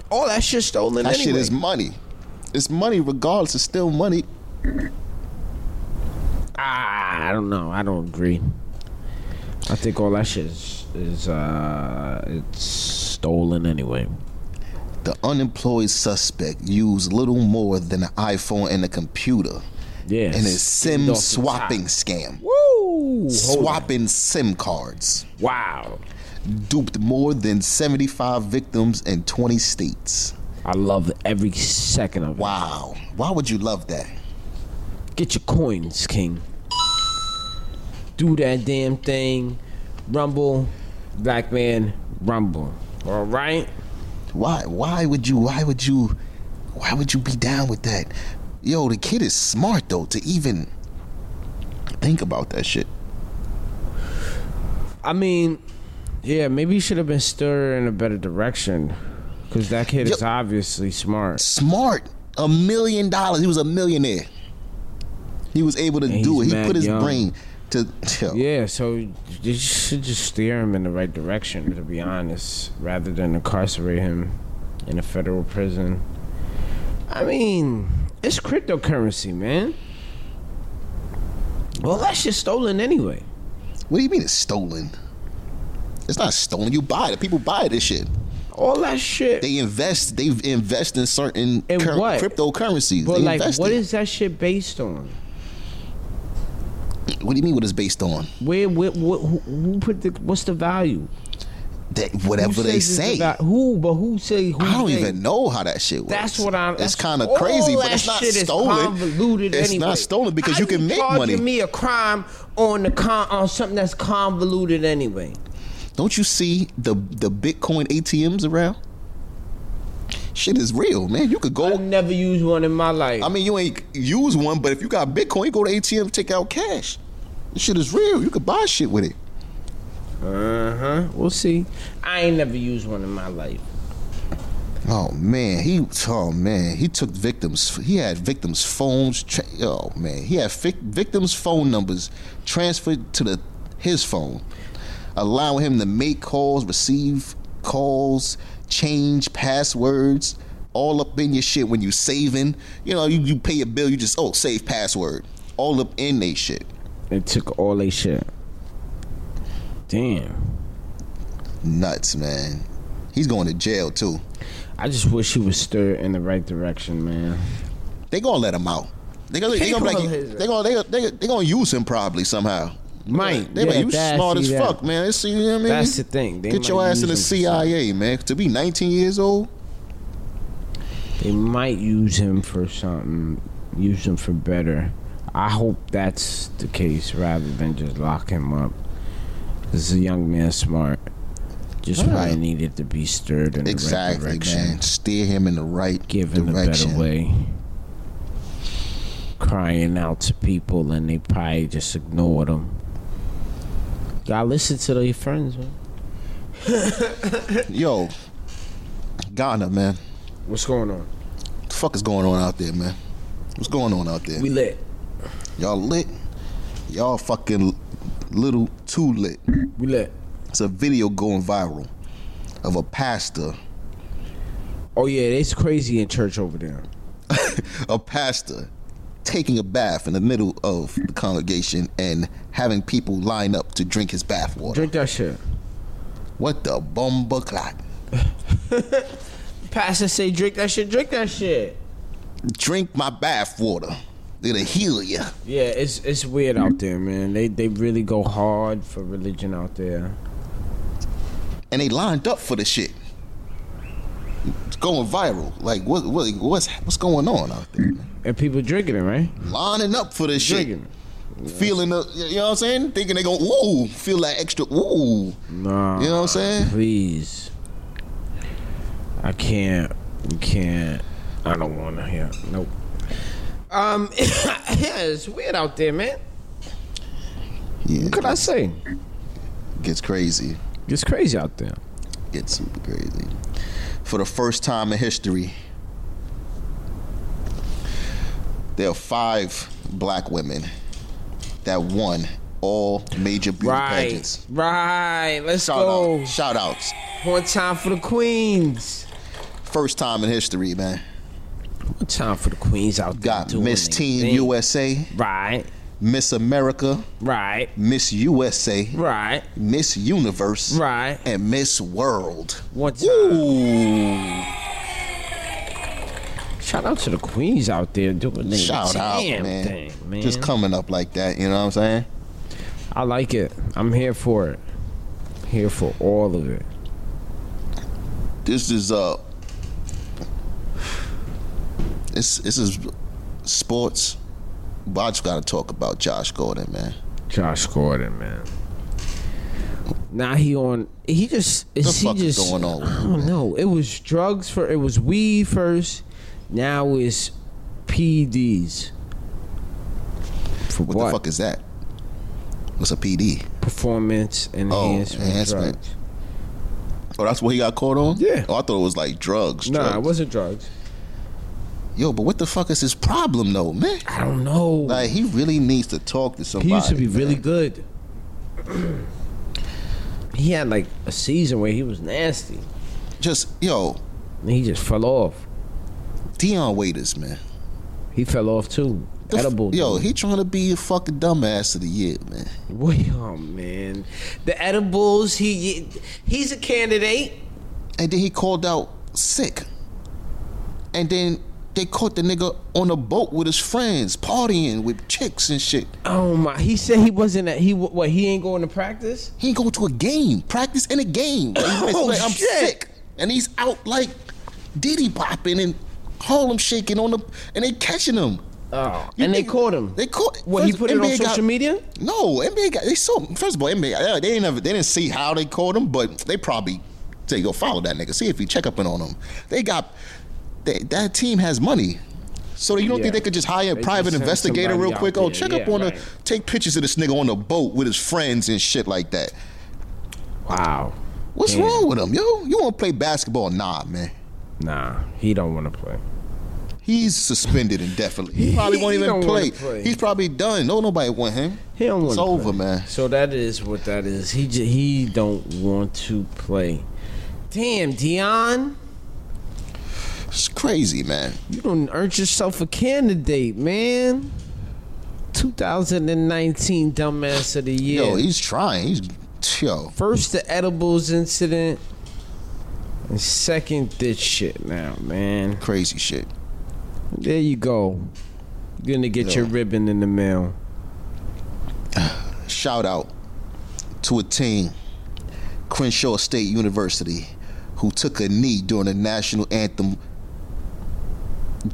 Speaker 1: All that shit stolen
Speaker 2: that
Speaker 1: anyway.
Speaker 2: shit is money. It's money regardless. It's still money.
Speaker 1: Ah, I don't know. I don't agree. I think all that shit is, is uh, it's stolen anyway.
Speaker 2: The unemployed suspect used little more than an iPhone and a computer
Speaker 1: Yeah.
Speaker 2: in his SIM
Speaker 1: Dawson's
Speaker 2: swapping
Speaker 1: hot.
Speaker 2: scam.
Speaker 1: Woo! Swap.
Speaker 2: Swapping SIM cards.
Speaker 1: Wow.
Speaker 2: Duped more than 75 victims in 20 states.
Speaker 1: I love every second of it.
Speaker 2: Wow. Why would you love that?
Speaker 1: Get your coins, King. Do that damn thing. Rumble, black man, rumble. All right?
Speaker 2: Why why would you why would you why would you be down with that? Yo, the kid is smart though to even think about that shit.
Speaker 1: I mean, yeah, maybe you should have been stirred in a better direction. Because that kid is
Speaker 2: Yo-
Speaker 1: obviously smart.
Speaker 2: Smart. A million dollars. He was a millionaire. He was able to
Speaker 1: And
Speaker 2: do it.
Speaker 1: he's
Speaker 2: He
Speaker 1: mad
Speaker 2: put his
Speaker 1: young.
Speaker 2: brain to yo,
Speaker 1: Yeah, so you should just steer him in the right direction, to be honest, rather than incarcerate him in a federal prison. I mean, it's cryptocurrency, man. Well, that shit's stolen anyway.
Speaker 2: What do you mean it's stolen? It's not stolen. You buy it. People buy this shit.
Speaker 1: All that shit.
Speaker 2: They invest. They invest in certain
Speaker 1: In
Speaker 2: cur-
Speaker 1: what?
Speaker 2: cryptocurrencies.
Speaker 1: but
Speaker 2: they
Speaker 1: like,
Speaker 2: invest
Speaker 1: what
Speaker 2: in-
Speaker 1: is that shit based on?
Speaker 2: What do you mean? What it's based on?
Speaker 1: Where, where, what, who, who put the? What's the value?
Speaker 2: That
Speaker 1: Who
Speaker 2: whatever they
Speaker 1: says it's
Speaker 2: say.
Speaker 1: the va- who? But who say? Who
Speaker 2: I don't
Speaker 1: they-
Speaker 2: even know how that shit works.
Speaker 1: That's what I'm.
Speaker 2: It's
Speaker 1: that's-
Speaker 2: kind of
Speaker 1: all
Speaker 2: crazy, but
Speaker 1: that
Speaker 2: it's not
Speaker 1: shit is
Speaker 2: stolen.
Speaker 1: Convoluted
Speaker 2: it's
Speaker 1: anyway.
Speaker 2: not stolen because
Speaker 1: How
Speaker 2: you can make
Speaker 1: charging
Speaker 2: money.
Speaker 1: me a crime on the con on something that's convoluted anyway.
Speaker 2: Don't you see the the Bitcoin ATMs around? Shit is real, man. You could
Speaker 1: I've
Speaker 2: go.
Speaker 1: never used one in my life.
Speaker 2: I mean, you ain't use one, but if you got Bitcoin, you go to ATM, take out cash. This shit is real. You could buy shit with it.
Speaker 1: uh huh. We'll see. I ain't never used one in my life.
Speaker 2: Oh man, he oh man, he took victims. He had victims' phones. Tra- oh man, he had fic- victims' phone numbers transferred to the his phone, allowing him to make calls, receive calls, change passwords. All up in your shit when you saving. You know, you, you pay your bill. You just oh save password. All up in they shit.
Speaker 1: It took all they shit. Damn.
Speaker 2: Nuts, man. He's going to jail too.
Speaker 1: I just wish he was stirred in the right direction, man.
Speaker 2: They gonna let him out. They gonna, they
Speaker 1: He
Speaker 2: gonna, be
Speaker 1: gonna
Speaker 2: like,
Speaker 1: let his-
Speaker 2: they gonna, they gonna, they gonna, they gonna use him probably somehow.
Speaker 1: Might.
Speaker 2: They like,
Speaker 1: Yeah,
Speaker 2: you
Speaker 1: that-
Speaker 2: smart
Speaker 1: see
Speaker 2: as
Speaker 1: that.
Speaker 2: fuck, man. It's, you know what I mean?
Speaker 1: That's the thing. They
Speaker 2: Get your
Speaker 1: might
Speaker 2: ass in the
Speaker 1: use him for
Speaker 2: CIA, man. To be 19 years old,
Speaker 1: They might use him for something, use him for better. I hope that's the case rather than just lock him up. This is a young man smart. Just
Speaker 2: Yeah.
Speaker 1: probably needed to be stirred in the
Speaker 2: exactly,
Speaker 1: right direction.
Speaker 2: man. Steer him in the right
Speaker 1: Given
Speaker 2: direction.
Speaker 1: a better way. Crying out to people and they probably just ignored him. Gotta listen to your friends, man.
Speaker 2: Yo, Ghana, man.
Speaker 1: What's going on?
Speaker 2: What the fuck is going on out there, man? What's going on out there?
Speaker 1: We lit.
Speaker 2: Y'all lit? Y'all fucking little too lit.
Speaker 1: We lit.
Speaker 2: It's a video going viral of a pastor
Speaker 1: Oh yeah, it's crazy in church over there.
Speaker 2: a pastor taking a bath in the middle of the congregation and having people line up to drink his bath water.
Speaker 1: Drink that shit.
Speaker 2: What the bomba clock?
Speaker 1: Pastor say drink that shit, drink that shit.
Speaker 2: Drink my bath water. It'll heal you.
Speaker 1: Yeah, it's it's weird out there, man. They they really go hard for religion out there.
Speaker 2: And they lined up for the shit. It's going viral. Like what, what what's what's going on out there? man?
Speaker 1: And people drinking it, right?
Speaker 2: Lining up for this shit.
Speaker 1: Drinking
Speaker 2: Feeling the you know what I'm saying? Thinking they gonna ooh, feel that extra ooh.
Speaker 1: it. Nah.
Speaker 2: You know what I'm saying?
Speaker 1: Please. I can't. You can't. I don't want to hear. Nope. Um, yeah, it's weird out there, man.
Speaker 2: Yeah,
Speaker 1: What could I say?
Speaker 2: gets crazy.
Speaker 1: It's crazy out there.
Speaker 2: Gets super crazy. For the first time in history, there are five black women that won all major beauty
Speaker 1: Right, Oh.
Speaker 2: pageants.
Speaker 1: right. Let's
Speaker 2: Shout
Speaker 1: go.
Speaker 2: out, shout outs.
Speaker 1: One time for the queens.
Speaker 2: First time in history, man.
Speaker 1: One time for the queens out there.
Speaker 2: Got
Speaker 1: doing
Speaker 2: Miss
Speaker 1: their
Speaker 2: Teen
Speaker 1: thing.
Speaker 2: USA,
Speaker 1: Right,
Speaker 2: Miss America,
Speaker 1: right,
Speaker 2: Miss USA,
Speaker 1: right,
Speaker 2: Miss Universe,
Speaker 1: right.
Speaker 2: and Miss World.
Speaker 1: One time.
Speaker 2: Ooh.
Speaker 1: Shout out to the queens out there doing their
Speaker 2: Shout out,
Speaker 1: damn
Speaker 2: man.
Speaker 1: thing, man.
Speaker 2: Just coming up like that, you know what I'm saying?
Speaker 1: I like it. I'm here for it. Here for all of it.
Speaker 2: This is uh this this is sports. But I just gotta talk about Josh Gordon, man.
Speaker 1: Josh Gordon, man. Now he on. He just is
Speaker 2: The
Speaker 1: he
Speaker 2: fuck is
Speaker 1: just
Speaker 2: going on with
Speaker 1: I
Speaker 2: him,
Speaker 1: don't know. It was drugs for. It was weed first. Now it's PEDs. For
Speaker 2: What,
Speaker 1: what?
Speaker 2: the fuck is that? What's a PD?
Speaker 1: Performance enhancement,
Speaker 2: Oh, enhancement.
Speaker 1: drugs.
Speaker 2: Oh, that's what he got caught on?
Speaker 1: Yeah.
Speaker 2: Oh, I thought it was like drugs.
Speaker 1: Nah,
Speaker 2: drugs.
Speaker 1: it wasn't drugs.
Speaker 2: Yo, but what the fuck is his problem though, man?
Speaker 1: I don't know.
Speaker 2: Like he really needs to talk to somebody.
Speaker 1: He used to be
Speaker 2: man.
Speaker 1: really good. he had like a season where he was nasty.
Speaker 2: Just yo,
Speaker 1: And he just fell off.
Speaker 2: Dion Waiters, man.
Speaker 1: He fell off too.
Speaker 2: The f-
Speaker 1: edible.
Speaker 2: Yo,
Speaker 1: dude.
Speaker 2: he trying to be a fucking dumbass of the year, man.
Speaker 1: Wait, oh man, the edibles. He he's a candidate.
Speaker 2: and then he called out sick. And then they caught the nigga on a boat with his friends, partying with chicks and shit.
Speaker 1: Oh my, he said he wasn't. At, he what? He ain't going to practice.
Speaker 2: He ain't go to a game, practice in a game. Like, he's
Speaker 1: Oh,
Speaker 2: like, I'm
Speaker 1: shit.
Speaker 2: sick, and he's out like diddy popping and Harlem shaking on the, and they catching him.
Speaker 1: Oh,
Speaker 2: You
Speaker 1: and they
Speaker 2: think-
Speaker 1: caught him.
Speaker 2: They caught.
Speaker 1: What, he
Speaker 2: first,
Speaker 1: put it on
Speaker 2: NBA got-
Speaker 1: social media?
Speaker 2: No, NBA got. They saw. First of all, NBA. uh, They didn't. Ever, they didn't see how they caught him, but they probably say go follow that nigga. See if he check up on him. They got. They, that team has money. So you don't
Speaker 1: Yeah.
Speaker 2: think they could just hire a
Speaker 1: They
Speaker 2: private
Speaker 1: just send
Speaker 2: investigator
Speaker 1: somebody
Speaker 2: real
Speaker 1: out
Speaker 2: quick? Oh,
Speaker 1: there.
Speaker 2: check up
Speaker 1: Yeah,
Speaker 2: on
Speaker 1: right.
Speaker 2: the take pictures of this nigga on the boat with his friends and shit like that.
Speaker 1: Wow.
Speaker 2: What's
Speaker 1: Damn.
Speaker 2: wrong with him, yo? You want to play basketball? Nah, man.
Speaker 1: Nah, he don't want to play.
Speaker 2: He's suspended indefinitely. He probably won't
Speaker 1: He
Speaker 2: even
Speaker 1: don't
Speaker 2: play.
Speaker 1: wanna play.
Speaker 2: He's probably done. No, nobody want him.
Speaker 1: He don't want.
Speaker 2: It's
Speaker 1: to
Speaker 2: over,
Speaker 1: play.
Speaker 2: man.
Speaker 1: So that is what that is. He j- he don't want to play. Damn, Dion,
Speaker 2: It's crazy, man.
Speaker 1: you don't earn yourself a candidate, man. 2019 dumbass of the year.
Speaker 2: Yo, he's trying. He's yo.
Speaker 1: First the edibles incident, and second this shit now, man.
Speaker 2: Crazy shit.
Speaker 1: There you go. You're gonna get your
Speaker 2: Yeah.
Speaker 1: ribbon in the mail.
Speaker 2: Shout out to a team, Crenshaw State University, who took a knee during the national anthem.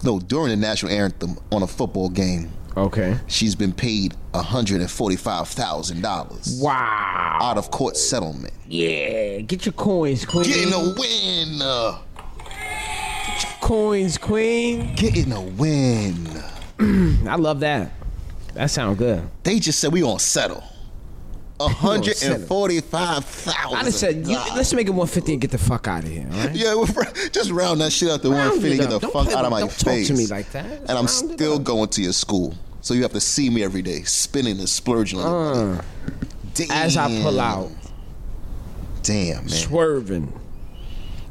Speaker 2: No, during the national anthem on a football game.
Speaker 1: Okay.
Speaker 2: She's been paid $145,000
Speaker 1: Wow.
Speaker 2: out of court settlement.
Speaker 1: Yeah. Get your coins, queen.
Speaker 2: Getting a win. uh,
Speaker 1: coins, queen.
Speaker 2: Getting a win.
Speaker 1: I love that. That sound good.
Speaker 2: They just said we gonna settle.
Speaker 1: gonna settle.
Speaker 2: 145,000.
Speaker 1: I just said, you, let's make it 150 and get the fuck out of here. All right?
Speaker 2: Yeah, well, fr- just round that shit out to
Speaker 1: Round
Speaker 2: 150
Speaker 1: it
Speaker 2: get
Speaker 1: up.
Speaker 2: the
Speaker 1: Don't
Speaker 2: fuck
Speaker 1: play
Speaker 2: out
Speaker 1: with-
Speaker 2: of my
Speaker 1: don't
Speaker 2: face.
Speaker 1: talk to me like that. Just
Speaker 2: And I'm
Speaker 1: round it
Speaker 2: still
Speaker 1: up.
Speaker 2: going to your school. So you have to see me every day, spinning and splurging on
Speaker 1: Uh,
Speaker 2: Damn.
Speaker 1: as I pull out,
Speaker 2: Damn, man.
Speaker 1: swerving.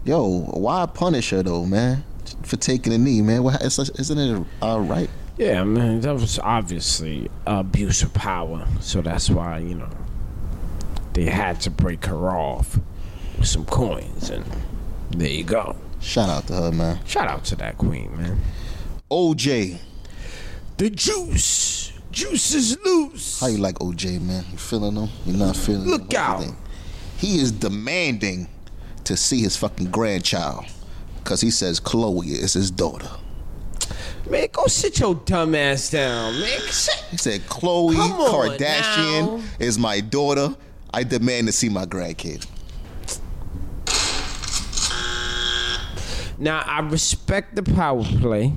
Speaker 2: Yo, why punish her, though, man? For taking a knee, man. Why- it's- Isn't it all right?
Speaker 1: Yeah, man, that was obviously abuse of power. So that's why, you know, they had to break her off with some coins. And there you go.
Speaker 2: Shout out to her, man.
Speaker 1: Shout out to that queen, man.
Speaker 2: OJ.
Speaker 1: The juice. Juice is loose.
Speaker 2: How you like OJ, man? You feeling him? You're not feeling him?
Speaker 1: Look
Speaker 2: What you
Speaker 1: out.
Speaker 2: think? He is demanding to see his fucking grandchild because he says Chloe is his daughter.
Speaker 1: Man, go sit your dumb ass down, man. Sit-
Speaker 2: He said Chloe
Speaker 1: Come on
Speaker 2: Kardashian
Speaker 1: now.
Speaker 2: is my daughter. I demand to see my grandkid.
Speaker 1: Now I respect the power play.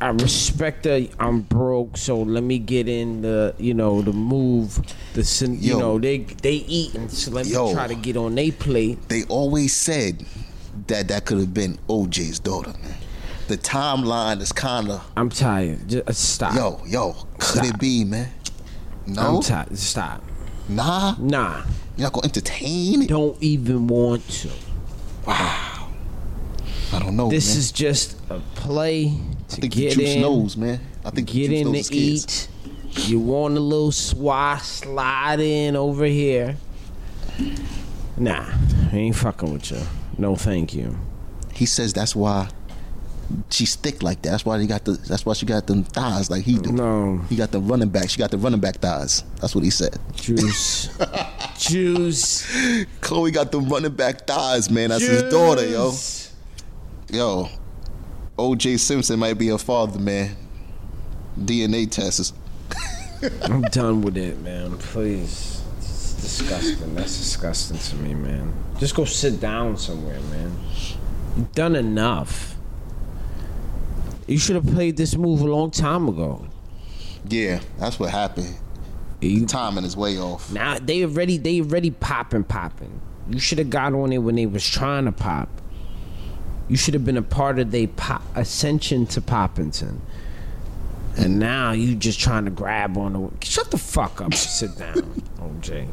Speaker 1: I respect the I'm broke, so let me get in the you know the move, the syn- you
Speaker 2: Yo.
Speaker 1: know they they eating, so let me
Speaker 2: Yo.
Speaker 1: try to get on they plate.
Speaker 2: They always said that that could have been OJ's daughter, man. The timeline is kind of
Speaker 1: I'm tired. Just uh, stop.
Speaker 2: yo, yo. Could it be, man? No,
Speaker 1: I'm tired. Stop.
Speaker 2: nah.
Speaker 1: Nah,
Speaker 2: You're not gonna entertain it.
Speaker 1: don't even want to.
Speaker 2: I don't know.
Speaker 1: This
Speaker 2: man.
Speaker 1: is just a play to
Speaker 2: I think
Speaker 1: get
Speaker 2: the juice
Speaker 1: in.
Speaker 2: knows, man. I think
Speaker 1: get
Speaker 2: the juice
Speaker 1: in
Speaker 2: knows
Speaker 1: to
Speaker 2: his kids.
Speaker 1: eat. You want a little swat, slide in over here. Nah, I ain't fucking with you. No, thank you.
Speaker 2: He says that's why she's thick like that. That's why he got the. That's why she got them thighs like he do.
Speaker 1: No.
Speaker 2: He got the running back. She got the running back thighs. That's what he said.
Speaker 1: Juice. Juice.
Speaker 2: Chloe got the running back thighs, man. That's his
Speaker 1: Juice.
Speaker 2: daughter, yo. Yo, OJ Simpson might be her father, man. DNA tests.
Speaker 1: I'm done with it, man. Please. It's disgusting. That's disgusting to me, man. Just go sit down somewhere, man. You've done enough. You should have played this move a long time ago.
Speaker 2: Yeah, that's what happened.
Speaker 1: You
Speaker 2: Timing is way off.
Speaker 1: Now they already they already popping popping. You should have got on it when they was trying to pop. You should have been a part of their pop, ascension to Poppington. And now you just trying to grab on the shut the fuck up. and Sit down, OJ.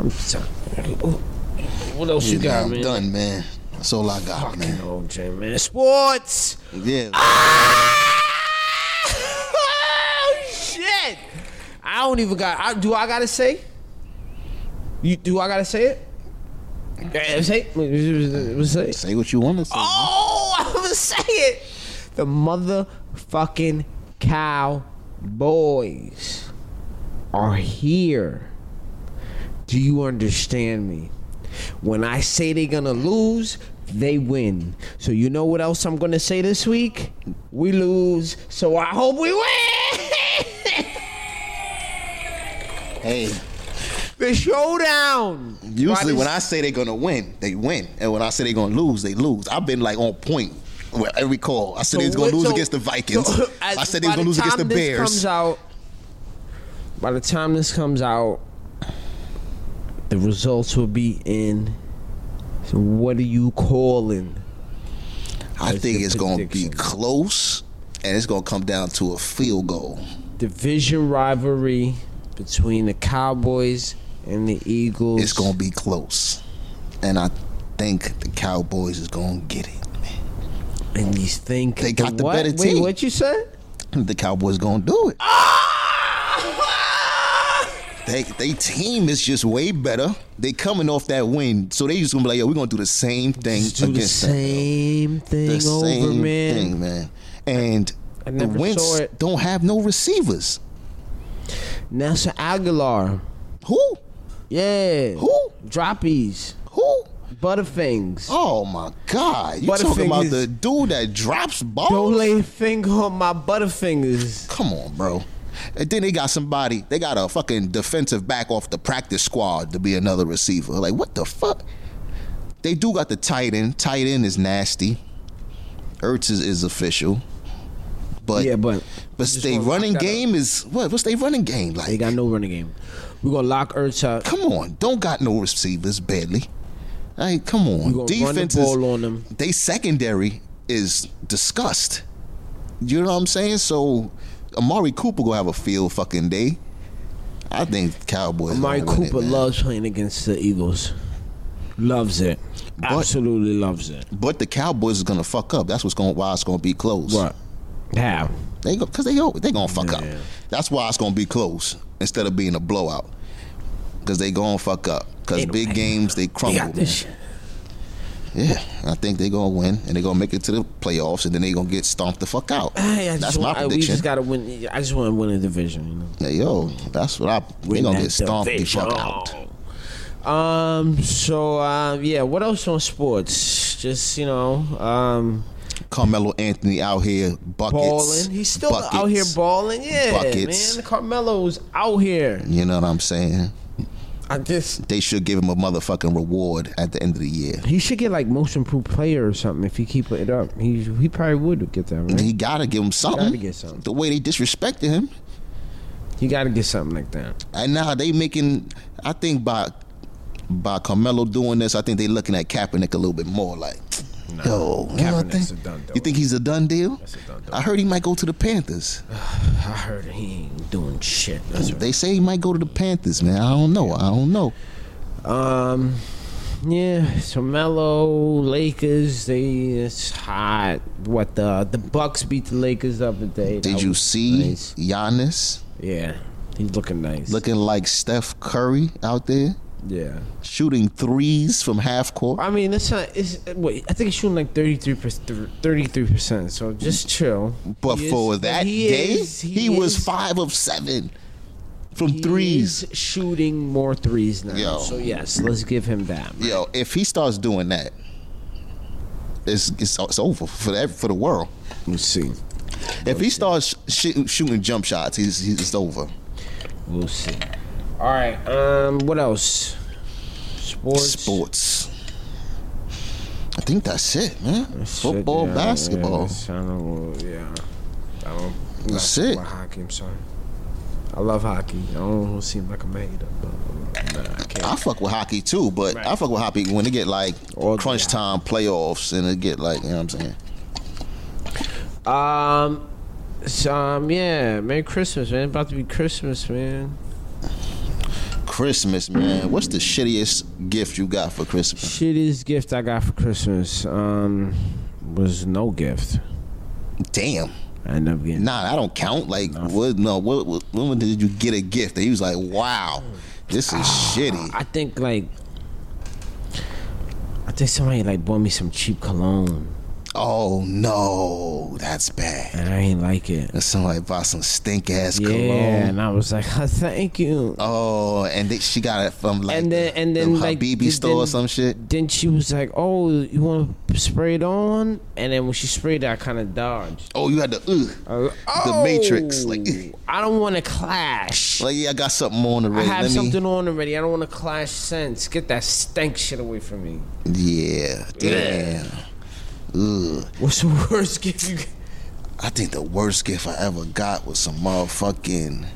Speaker 1: I'm sorry. What else you
Speaker 2: Yeah,
Speaker 1: got,
Speaker 2: I'm
Speaker 1: man?
Speaker 2: done, man. That's all I got,
Speaker 1: Fucking
Speaker 2: man.
Speaker 1: OJ, man. Sports.
Speaker 2: Yeah.
Speaker 1: oh shit! I don't even got. I, do I gotta say? You do I gotta say it? Yeah, Say, it. say. it.
Speaker 2: Say what you want to say.
Speaker 1: Oh, I'm gonna say it. The motherfucking Cowboys are here. Do you understand me? When I say they're gonna lose, they win. So you know what else I'm gonna say this week? We lose, so I hope we win.
Speaker 2: Hey,
Speaker 1: the showdown.
Speaker 2: usually
Speaker 1: Rodney
Speaker 2: when I say they're gonna win, they win, and when I say they're gonna lose, they lose. I've been like on point with every call. I said they was gonna
Speaker 1: what-
Speaker 2: lose
Speaker 1: so-
Speaker 2: against the Vikings.
Speaker 1: so,
Speaker 2: I
Speaker 1: as-
Speaker 2: said they was
Speaker 1: by
Speaker 2: gonna lose against the
Speaker 1: time this
Speaker 2: Bears.
Speaker 1: Comes out, by the time this comes out, the results will be in. So what are you calling?
Speaker 2: I
Speaker 1: That's
Speaker 2: think
Speaker 1: your
Speaker 2: it's gonna be
Speaker 1: prediction.
Speaker 2: close, and it's gonna come down to a field goal.
Speaker 1: Division rivalry between the Cowboys and the Eagles.
Speaker 2: It's gonna be close, and I think the Cowboys is gonna get it.
Speaker 1: and you think
Speaker 2: They got the
Speaker 1: what?
Speaker 2: better
Speaker 1: Wait,
Speaker 2: team.
Speaker 1: what you said?
Speaker 2: The Cowboys gonna do it. They, they team is just way better. They coming off that win, so they just gonna be like, "Yo, we're gonna do the same thing
Speaker 1: Just do the
Speaker 2: against them.
Speaker 1: same thing
Speaker 2: the
Speaker 1: over,
Speaker 2: same
Speaker 1: man.
Speaker 2: thing, man. And
Speaker 1: I
Speaker 2: the
Speaker 1: never saw
Speaker 2: Wentz
Speaker 1: it.
Speaker 2: don't have no receivers.
Speaker 1: Nelson Aguilar.
Speaker 2: Who?
Speaker 1: Yeah.
Speaker 2: Who?
Speaker 1: Droppies.
Speaker 2: Who?
Speaker 1: Butterfings.
Speaker 2: Oh my God! You talking about
Speaker 1: Butterfingers.
Speaker 2: the dude that drops balls?
Speaker 1: Don't lay a finger on my butterfingers.
Speaker 2: Come on, bro. And then they got somebody. They got a fucking defensive back off the practice squad to be another receiver. Like what the fuck? They do got the tight end. Tight end is nasty. Ertz is, is official, but
Speaker 1: Yeah, but
Speaker 2: but
Speaker 1: just
Speaker 2: they
Speaker 1: wanna lock
Speaker 2: running
Speaker 1: that up.
Speaker 2: game is what? What's they running game like?
Speaker 1: They got no running game. We're gonna lock Ertz up.
Speaker 2: Come on, don't got no receivers badly. Like, come
Speaker 1: We're
Speaker 2: on,
Speaker 1: gonna run the ball on them.
Speaker 2: They secondary is disgust. You know what I'm saying? So Amari Cooper gonna have a field fucking day. I think Cowboys.
Speaker 1: Amari
Speaker 2: gonna win it,
Speaker 1: Cooper
Speaker 2: man.
Speaker 1: loves playing against the Eagles. Loves it. Absolutely loves it.
Speaker 2: but the Cowboys is gonna fuck up. That's what's going why it's gonna be close.
Speaker 1: What? How?
Speaker 2: They go because they al- they gonna fuck
Speaker 1: Yeah.
Speaker 2: up. That's why it's gonna be close instead of being a blowout. Because they gonna fuck up. Because
Speaker 1: They don't-
Speaker 2: big games they
Speaker 1: They
Speaker 2: crumble.
Speaker 1: got
Speaker 2: man.
Speaker 1: this shit.
Speaker 2: Yeah, I think they're gonna win and they're gonna make it to the playoffs and then they're gonna get stomped the fuck out.
Speaker 1: Hey, I just
Speaker 2: that's
Speaker 1: want,
Speaker 2: my
Speaker 1: I- We
Speaker 2: prediction.
Speaker 1: just gotta win. I just want to win a division. You know?
Speaker 2: Hey, yo, that's what I. They're
Speaker 1: Win
Speaker 2: gonna
Speaker 1: that
Speaker 2: get stomped the
Speaker 1: division.
Speaker 2: fuck out.
Speaker 1: Um. So, uh, yeah. What else on sports? Just you know, um,
Speaker 2: Carmelo Anthony out here buckets.
Speaker 1: balling. He's still
Speaker 2: buckets.
Speaker 1: out here balling. Yeah,
Speaker 2: Buckets.
Speaker 1: man. Carmelo's out here.
Speaker 2: You know what I'm saying?
Speaker 1: I just
Speaker 2: They should give him a motherfucking reward at the end of the year.
Speaker 1: he should get like most improved player or something if he keep it up. He he probably would get that. Right?
Speaker 2: He gotta give him something.
Speaker 1: Gotta get something.
Speaker 2: The way they disrespected him,
Speaker 1: You got to get something like that.
Speaker 2: and now they making. I think by by Carmelo doing this, I think they looking at Kaepernick a little bit more. Like, yo, you, know what I
Speaker 1: Kaepernick's
Speaker 2: think?
Speaker 1: a done deal.
Speaker 2: You think he's a done deal?
Speaker 1: a done deal.
Speaker 2: I heard he might go to the Panthers.
Speaker 1: I heard he ain't doing shit. That's right.
Speaker 2: They say he might go to the Panthers, man. I don't know. I don't know.
Speaker 1: Um, yeah. So Melo, Lakers. They it's hot. What the the Bucks beat the Lakers the other day.
Speaker 2: Did
Speaker 1: That
Speaker 2: you
Speaker 1: was
Speaker 2: see
Speaker 1: nice.
Speaker 2: Giannis
Speaker 1: Yeah, he's looking nice.
Speaker 2: looking like Steph Curry out there,
Speaker 1: yeah.
Speaker 2: shooting threes from half court?
Speaker 1: I mean, that's not. It's, wait, I think he's shooting like 33 percent. So just chill.
Speaker 2: But
Speaker 1: He is-
Speaker 2: for that day,
Speaker 1: is-
Speaker 2: he, was
Speaker 1: is-
Speaker 2: five of seven from
Speaker 1: he
Speaker 2: threes.
Speaker 1: is shooting more threes now.
Speaker 2: Yo.
Speaker 1: So yes, let's give him that.
Speaker 2: Yo, if he starts doing that, it's it's, it's over for the, for the world.
Speaker 1: We'll see.
Speaker 2: If he starts shooting, shooting jump shots, he's he's it's over.
Speaker 1: We'll see. All right. Um. What else? Sports.
Speaker 2: Sports. I think that's it, man.
Speaker 1: Shit,
Speaker 2: Football,
Speaker 1: yeah, Yeah,
Speaker 2: basketball.
Speaker 1: that's- I don't. Yeah. I don't. I'm
Speaker 2: That's
Speaker 1: not
Speaker 2: it.
Speaker 1: about hockey. I'm sorry. I love hockey. I don't seem like a hater, but nah, I can't.
Speaker 2: I fuck with hockey too, but I fuck with hockey when they get like
Speaker 1: All the-
Speaker 2: crunch time playoffs and it get like you know what I'm saying.
Speaker 1: Um, so, um, yeah, Merry Christmas, man. About to be Christmas, man.
Speaker 2: Christmas, man. What's the shittiest gift you got for Christmas?
Speaker 1: Shittiest gift I got for Christmas, um, was no gift.
Speaker 2: Damn.
Speaker 1: I ended up getting.
Speaker 2: Nah, I don't count. Like, what? No, what, what? When did you get a gift? And he was like, "Wow, this is shitty."
Speaker 1: I think like, I think somebody like bought me some cheap cologne,
Speaker 2: Oh no, that's bad.
Speaker 1: and I ain't like it.
Speaker 2: That sound like bought some stink ass
Speaker 1: Yeah,
Speaker 2: cologne.
Speaker 1: and I was like, "Oh, thank you.
Speaker 2: Oh, and they, she got it from like
Speaker 1: And then- and
Speaker 2: the-
Speaker 1: then,
Speaker 2: her
Speaker 1: like,
Speaker 2: BB
Speaker 1: then-
Speaker 2: store or some shit.
Speaker 1: Then she was like, "Oh, you want to spray it on?" And then when she sprayed it, I kind of dodged.
Speaker 2: Oh, you had the ugh, the Matrix. Like, ugh.
Speaker 1: I don't want to clash.
Speaker 2: like yeah, I got something on
Speaker 1: I
Speaker 2: already.
Speaker 1: have
Speaker 2: Let me.
Speaker 1: something on already. I don't want to clash sense. Get that stank shit away from me.
Speaker 2: Yeah, damn. Ugh.
Speaker 1: What's the worst gift you get?
Speaker 2: I think the worst gift I ever got was some motherfucking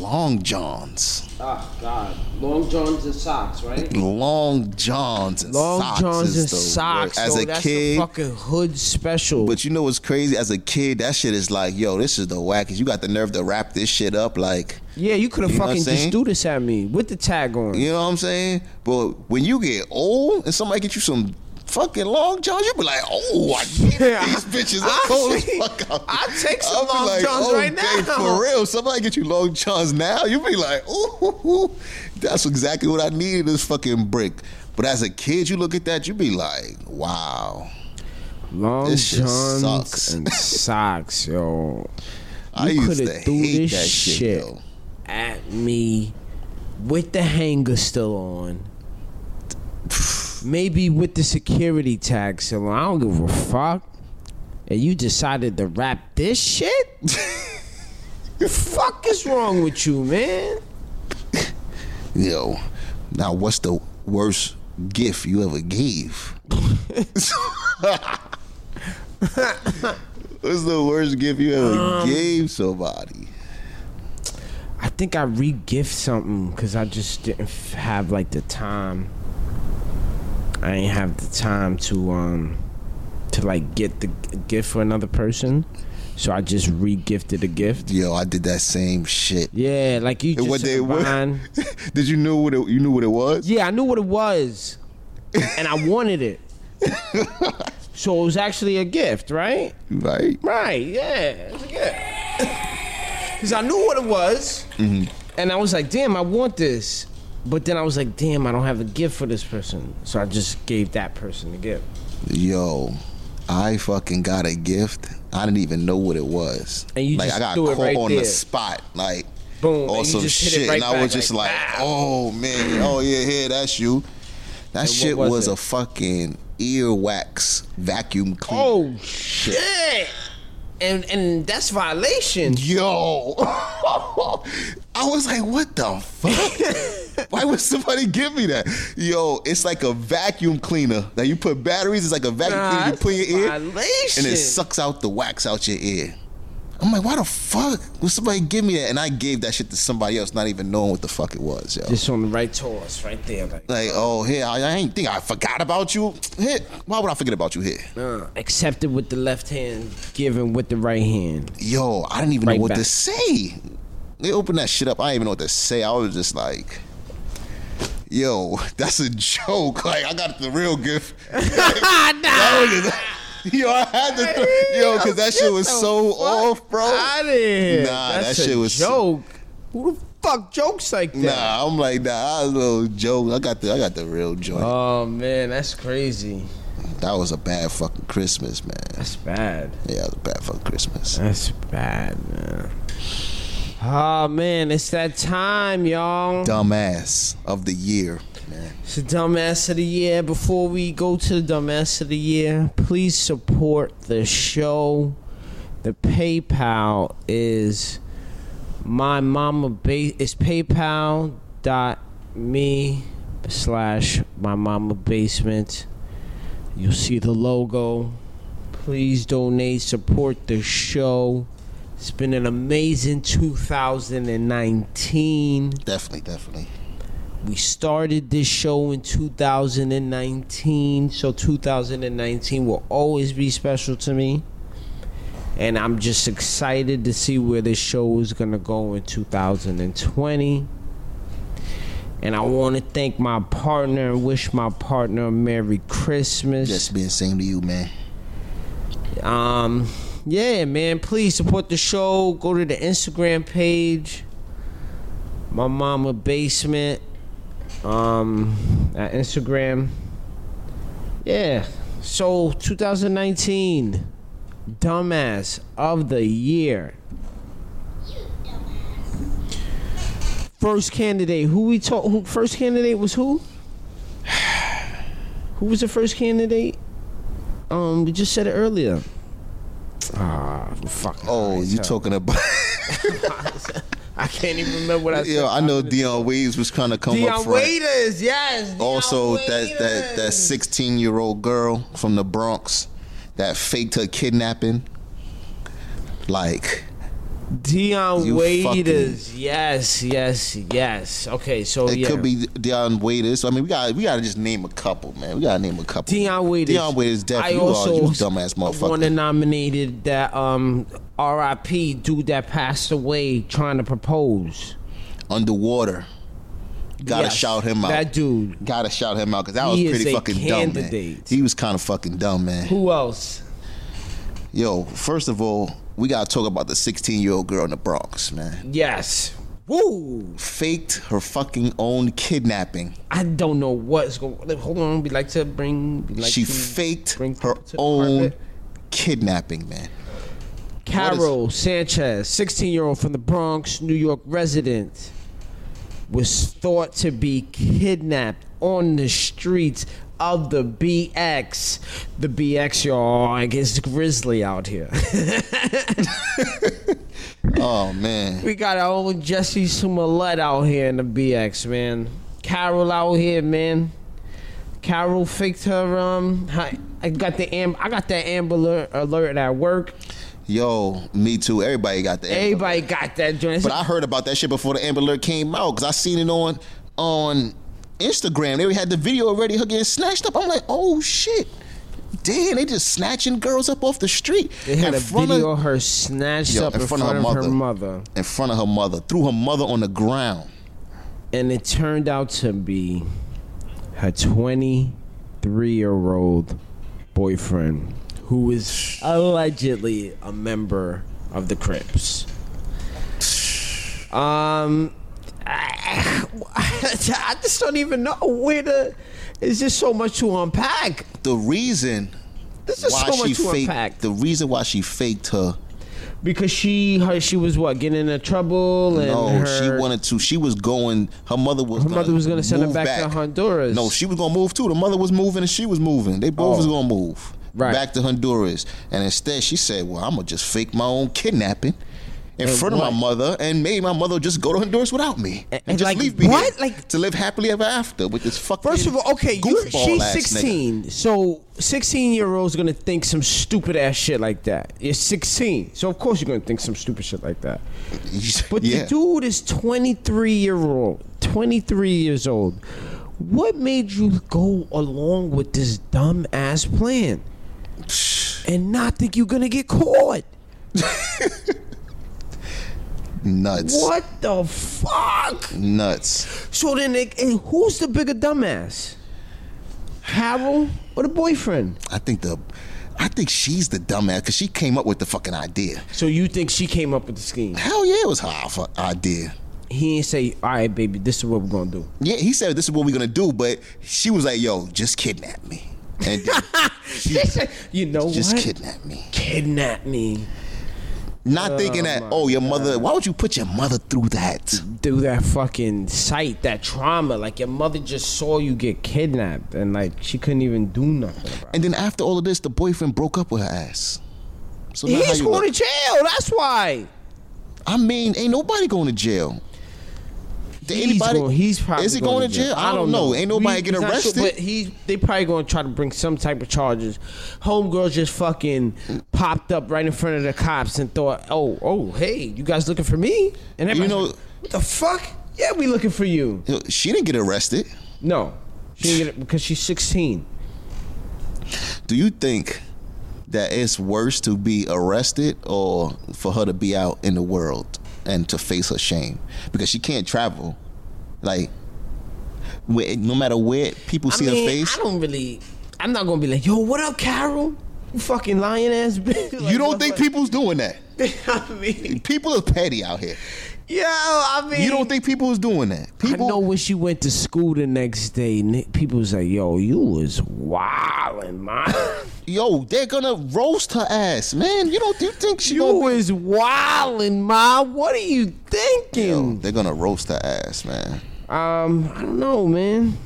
Speaker 2: long johns,
Speaker 1: Oh, God. Long Johns and socks, right?
Speaker 2: long johns, and
Speaker 1: Long
Speaker 2: socks
Speaker 1: Johns
Speaker 2: is
Speaker 1: and
Speaker 2: the worst.
Speaker 1: socks.
Speaker 2: As
Speaker 1: yo,
Speaker 2: a
Speaker 1: that's
Speaker 2: kid,
Speaker 1: a fucking hood special.
Speaker 2: but you know what's crazy? As a kid, that shit is like, yo, this is the wackest. You got the nerve to wrap this shit up, like.
Speaker 1: yeah, you could have
Speaker 2: You know what I'm
Speaker 1: fucking just
Speaker 2: saying?
Speaker 1: do this at me with the tag on.
Speaker 2: You know what I'm saying? But when you get old and somebody get you some fucking long johns, you be like, oh, I get
Speaker 1: Yeah,
Speaker 2: these bitches. I'm
Speaker 1: I-
Speaker 2: cold as fuck out.
Speaker 1: I take some
Speaker 2: I'll be
Speaker 1: long johns right
Speaker 2: okay,
Speaker 1: now.
Speaker 2: For real, somebody get you long johns now, you be like, ooh, that's exactly what I needed this fucking brick. But as a kid, you look at that, you be like, wow.
Speaker 1: Long
Speaker 2: This shit
Speaker 1: Johns
Speaker 2: sucks.
Speaker 1: and socks, yo.
Speaker 2: I
Speaker 1: You
Speaker 2: used
Speaker 1: coulda
Speaker 2: to
Speaker 1: threw
Speaker 2: hate
Speaker 1: this
Speaker 2: that shit,
Speaker 1: shit.
Speaker 2: though.
Speaker 1: At me with the hanger still on. Maybe with the security tag still on. I don't give a fuck. And you decided to wrap this shit? the fuck is wrong with you, man?
Speaker 2: Yo, now what's the worst gift you ever gave? what's the worst gift you ever
Speaker 1: Um,
Speaker 2: gave somebody?
Speaker 1: I think I re-gift something because I just didn't f- have like the time. I ain't have the time to um to like get the g- gift for another person, so I just re-gifted a gift.
Speaker 2: Yo, I did that same shit.
Speaker 1: Yeah, like you
Speaker 2: And
Speaker 1: just
Speaker 2: what they
Speaker 1: took a
Speaker 2: were-
Speaker 1: bond.
Speaker 2: did you know what it, you knew what it was?
Speaker 1: Yeah, I knew what it was, and I wanted it. so it was actually a gift, right?
Speaker 2: Right?
Speaker 1: Right, yeah, it's a gift. Because I knew what it was,
Speaker 2: Mm-hmm.
Speaker 1: and I was like, damn, I want this. But then I was like, damn, I don't have a gift for this person. So I just gave that person the gift.
Speaker 2: Yo, I fucking got a gift. I didn't even know what it was.
Speaker 1: And you
Speaker 2: like
Speaker 1: just
Speaker 2: I got
Speaker 1: threw it
Speaker 2: caught
Speaker 1: right
Speaker 2: on
Speaker 1: there.
Speaker 2: the spot, like
Speaker 1: Boom,
Speaker 2: or
Speaker 1: and you
Speaker 2: some
Speaker 1: just hit it
Speaker 2: shit,
Speaker 1: right
Speaker 2: and I
Speaker 1: back,
Speaker 2: was just
Speaker 1: like,
Speaker 2: like,
Speaker 1: pow.
Speaker 2: oh man, oh yeah, here that's you. That shit
Speaker 1: was
Speaker 2: was,
Speaker 1: it?
Speaker 2: a fucking earwax vacuum cleaner.
Speaker 1: Oh, shit. And, and that's violation.
Speaker 2: Yo, I was like, what the fuck? Why would somebody give me that? Yo, it's like a vacuum cleaner. Now you put batteries, it's like a vacuum
Speaker 1: Nah,
Speaker 2: cleaner you
Speaker 1: that's
Speaker 2: put in your ear.
Speaker 1: violation.
Speaker 2: And it sucks out the wax out your ear. I'm like, why the fuck would somebody give me that? And I gave that shit to somebody else, not even knowing what the fuck it was, yo.
Speaker 1: Just on the right taurus, right there. Like,
Speaker 2: like, oh, here, I, I ain't think I forgot about you. Here, why would I forget about you here?
Speaker 1: uh, accepted with the left hand, given with the right hand.
Speaker 2: yo, I didn't even
Speaker 1: Right
Speaker 2: know what to
Speaker 1: back.
Speaker 2: say. They opened that shit up. I didn't even know what to say. I was just like, yo, that's a joke. Like, I got the real gift. I
Speaker 1: nah,
Speaker 2: was just- yo, I had to, throw- yo, because that shit was so off, bro.
Speaker 1: Outta here.
Speaker 2: Nah,
Speaker 1: That's
Speaker 2: that shit
Speaker 1: a
Speaker 2: was-
Speaker 1: joke. Who the fuck jokes like that?
Speaker 2: Nah, I'm like, nah, I was a little joke. I got the, I got the real joint.
Speaker 1: Oh man, that's crazy.
Speaker 2: That was a bad fucking Christmas, man.
Speaker 1: That's bad.
Speaker 2: Yeah, it was a bad fucking Christmas.
Speaker 1: That's bad, man. Oh man, it's that time, y'all.
Speaker 2: Dumbass of the year, man.
Speaker 1: It's the dumbass of the year. Before we go to the dumbass of the year, please support the show. The PayPal is my mama base is PayPal dot me slash my mama basement. You'll see the logo. Please donate, support the show. It's been an amazing 2019.
Speaker 2: Definitely, definitely.
Speaker 1: We started this show in 2019, so 2019 will always be special to me. And I'm just excited to see where this show is going to go in 2020. And I want to thank my partner and wish my partner a Merry Christmas.
Speaker 2: Just being same to you, man.
Speaker 1: Um, yeah, man. Please support the show. Go to the Instagram page. My mama basement. Um, at Instagram. Yeah. So 2019, dumbass of the year. First candidate. Who we talk? Who first candidate was who? Who was the first candidate? Um, we just said it earlier. Ah, fuck.
Speaker 2: Oh, you talking about?
Speaker 1: I can't even remember what I said.
Speaker 2: Yo, I know Dion Waves was trying to come up
Speaker 1: Deion
Speaker 2: front.
Speaker 1: Waiters, yes. Deion
Speaker 2: Also, that that that
Speaker 1: Waiters.
Speaker 2: sixteen year old girl from the Bronx that faked her kidnapping. Like,
Speaker 1: Deion
Speaker 2: You
Speaker 1: Waiters, yes, yes, yes. Okay, so
Speaker 2: it
Speaker 1: Oh, yeah,
Speaker 2: could be Dion Waiters. I mean, we got we got to just name a couple, man. We got to name a couple.
Speaker 1: Deion Waiters.
Speaker 2: Dion Waiters, definitely.
Speaker 1: I
Speaker 2: You are
Speaker 1: also
Speaker 2: you dumbass
Speaker 1: want to
Speaker 2: motherfucker.
Speaker 1: nominated that um R.I.P. dude that passed away trying to propose.
Speaker 2: Underwater. Gotta
Speaker 1: Yes,
Speaker 2: shout him out.
Speaker 1: That dude.
Speaker 2: Gotta shout him out because that was
Speaker 1: He is
Speaker 2: pretty
Speaker 1: a
Speaker 2: fucking dumb, man.
Speaker 1: candidate.
Speaker 2: He was kind of fucking dumb, man.
Speaker 1: Who else?
Speaker 2: Yo, first of all, we gotta talk about the 16 year old girl in the Bronx, man.
Speaker 1: Yes. Woo!
Speaker 2: Faked her fucking own kidnapping.
Speaker 1: I don't know what's going. Hold on, we like to bring. we Like
Speaker 2: she
Speaker 1: to
Speaker 2: faked
Speaker 1: bring
Speaker 2: her
Speaker 1: to the
Speaker 2: own
Speaker 1: carpet.
Speaker 2: kidnapping, man.
Speaker 1: Carol Sanchez, 16 year old from the Bronx, New York resident, was thought to be kidnapped on the streets of the BX. The BX, y'all, I guess grizzly out here.
Speaker 2: Oh man.
Speaker 1: we got our own Jesse Sumalet out here in the BX, man. Carol out here, man. Carol faked her um. hi- I got the am. I got that Amber Alert- alert at work.
Speaker 2: Yo, me too. Everybody got the Amber Alert.
Speaker 1: Everybody got that joint.
Speaker 2: But I heard about that shit before the Amber Alert came out because I seen it on on Instagram. They had the video already. Her getting snatched up. I'm like, oh shit. Damn, they just snatching girls up off the street.
Speaker 1: They had
Speaker 2: in
Speaker 1: a
Speaker 2: front of-
Speaker 1: video of her snatched
Speaker 2: Yo,
Speaker 1: up in, front, of, her, mother.
Speaker 2: in front of her mother, threw her mother on the ground.
Speaker 1: and it turned out to be her 23 year old boyfriend, who was allegedly a member of the Crips. Um, I, I just don't even know where to. It's just so much to unpack.
Speaker 2: The reason
Speaker 1: There's just
Speaker 2: why
Speaker 1: so much
Speaker 2: she
Speaker 1: to
Speaker 2: faked
Speaker 1: unpack.
Speaker 2: the reason why she faked her.
Speaker 1: Because she, her, she was what getting into trouble, and
Speaker 2: No,
Speaker 1: her,
Speaker 2: she wanted to. She was going. Her mother was.
Speaker 1: Her mother was gonna send her
Speaker 2: move
Speaker 1: back to Honduras. Oh.
Speaker 2: No, she was gonna move too. The mother was moving and she was moving. They both was gonna move
Speaker 1: Right.
Speaker 2: back to Honduras. And instead, she said, "Well, I'm gonna just fake my own kidnapping in
Speaker 1: And
Speaker 2: front
Speaker 1: what?
Speaker 2: of my mother, and maybe my mother will just go to Honduras without me
Speaker 1: And-
Speaker 2: and,
Speaker 1: and
Speaker 2: just
Speaker 1: like,
Speaker 2: leave me
Speaker 1: what?
Speaker 2: here
Speaker 1: Like-
Speaker 2: to live happily ever after with this fucking.
Speaker 1: First of all, okay, you,
Speaker 2: goofball
Speaker 1: she's
Speaker 2: ass nigga.
Speaker 1: 16. So 16 year olds gonna think some stupid ass shit like that. You're 16, so of course you're gonna think some stupid shit like that. But
Speaker 2: yeah.
Speaker 1: the dude is 23 year old, 23 years old. What made you go along with this dumb ass plan and not think you're gonna get caught?
Speaker 2: nuts,
Speaker 1: What the fuck?
Speaker 2: nuts.
Speaker 1: So then, they, and who's the bigger dumbass? Harold or the boyfriend?
Speaker 2: I think the, I think she's the dumbass because she came up with the fucking idea.
Speaker 1: So you think she came up with the scheme?
Speaker 2: Hell yeah, it was her fu- idea.
Speaker 1: He ain't say, "All right, baby, this is what we're gonna do."
Speaker 2: Yeah, he said this is what we're gonna do, but she was like, "Yo, just kidnap me," and then she
Speaker 1: you know
Speaker 2: just
Speaker 1: what?
Speaker 2: kidnap me.
Speaker 1: Kidnap me.
Speaker 2: Not thinking that, oh, your mother, why would you put your mother through that?
Speaker 1: through that fucking sight, that trauma. Like your mother just saw you get kidnapped, and like she couldn't even do nothing about it.
Speaker 2: And then after all of this, the boyfriend broke up with her ass. So now how
Speaker 1: He's
Speaker 2: you
Speaker 1: going to
Speaker 2: look-
Speaker 1: jail. That's why.
Speaker 2: I mean, ain't nobody going to jail. Did
Speaker 1: He's going- he's probably
Speaker 2: is he
Speaker 1: going, to jail.
Speaker 2: I, don't know. Ain't nobody
Speaker 1: We-
Speaker 2: get
Speaker 1: he's not sure,
Speaker 2: arrested.
Speaker 1: but he they probably going to try to bring some type of charges. Homegirl just fucking popped up right in front of the cops and thought, "Oh, oh, hey, you guys looking for me?" And
Speaker 2: You
Speaker 1: everybody,
Speaker 2: know-
Speaker 1: like, what the fuck? Yeah, we looking for you.
Speaker 2: she didn't get arrested.
Speaker 1: No, she didn't get it because she's sixteen.
Speaker 2: Do you think that it's worse to be arrested or for her to be out in the world and to face her shame because she can't travel? Like, where, no matter where people see her face,
Speaker 1: I don't really. I'm not gonna be like, yo, what up, Carol? You fucking lying ass bitch. Like,
Speaker 2: you don't
Speaker 1: what-
Speaker 2: think people's doing that?
Speaker 1: I mean,
Speaker 2: People are petty out here.
Speaker 1: yo, I mean,
Speaker 2: You don't think people is doing that? People,
Speaker 1: Mm. I know when she went to school the next day, ni- people was like, yo, you was wildin', man.
Speaker 2: yo, they're gonna roast her ass, man. You don't, you think she?
Speaker 1: you
Speaker 2: gonna be-
Speaker 1: was wildin', ma. What are you
Speaker 2: Yo,
Speaker 1: thinking?
Speaker 2: they're gonna roast her ass, man.
Speaker 1: Um, I don't know, man.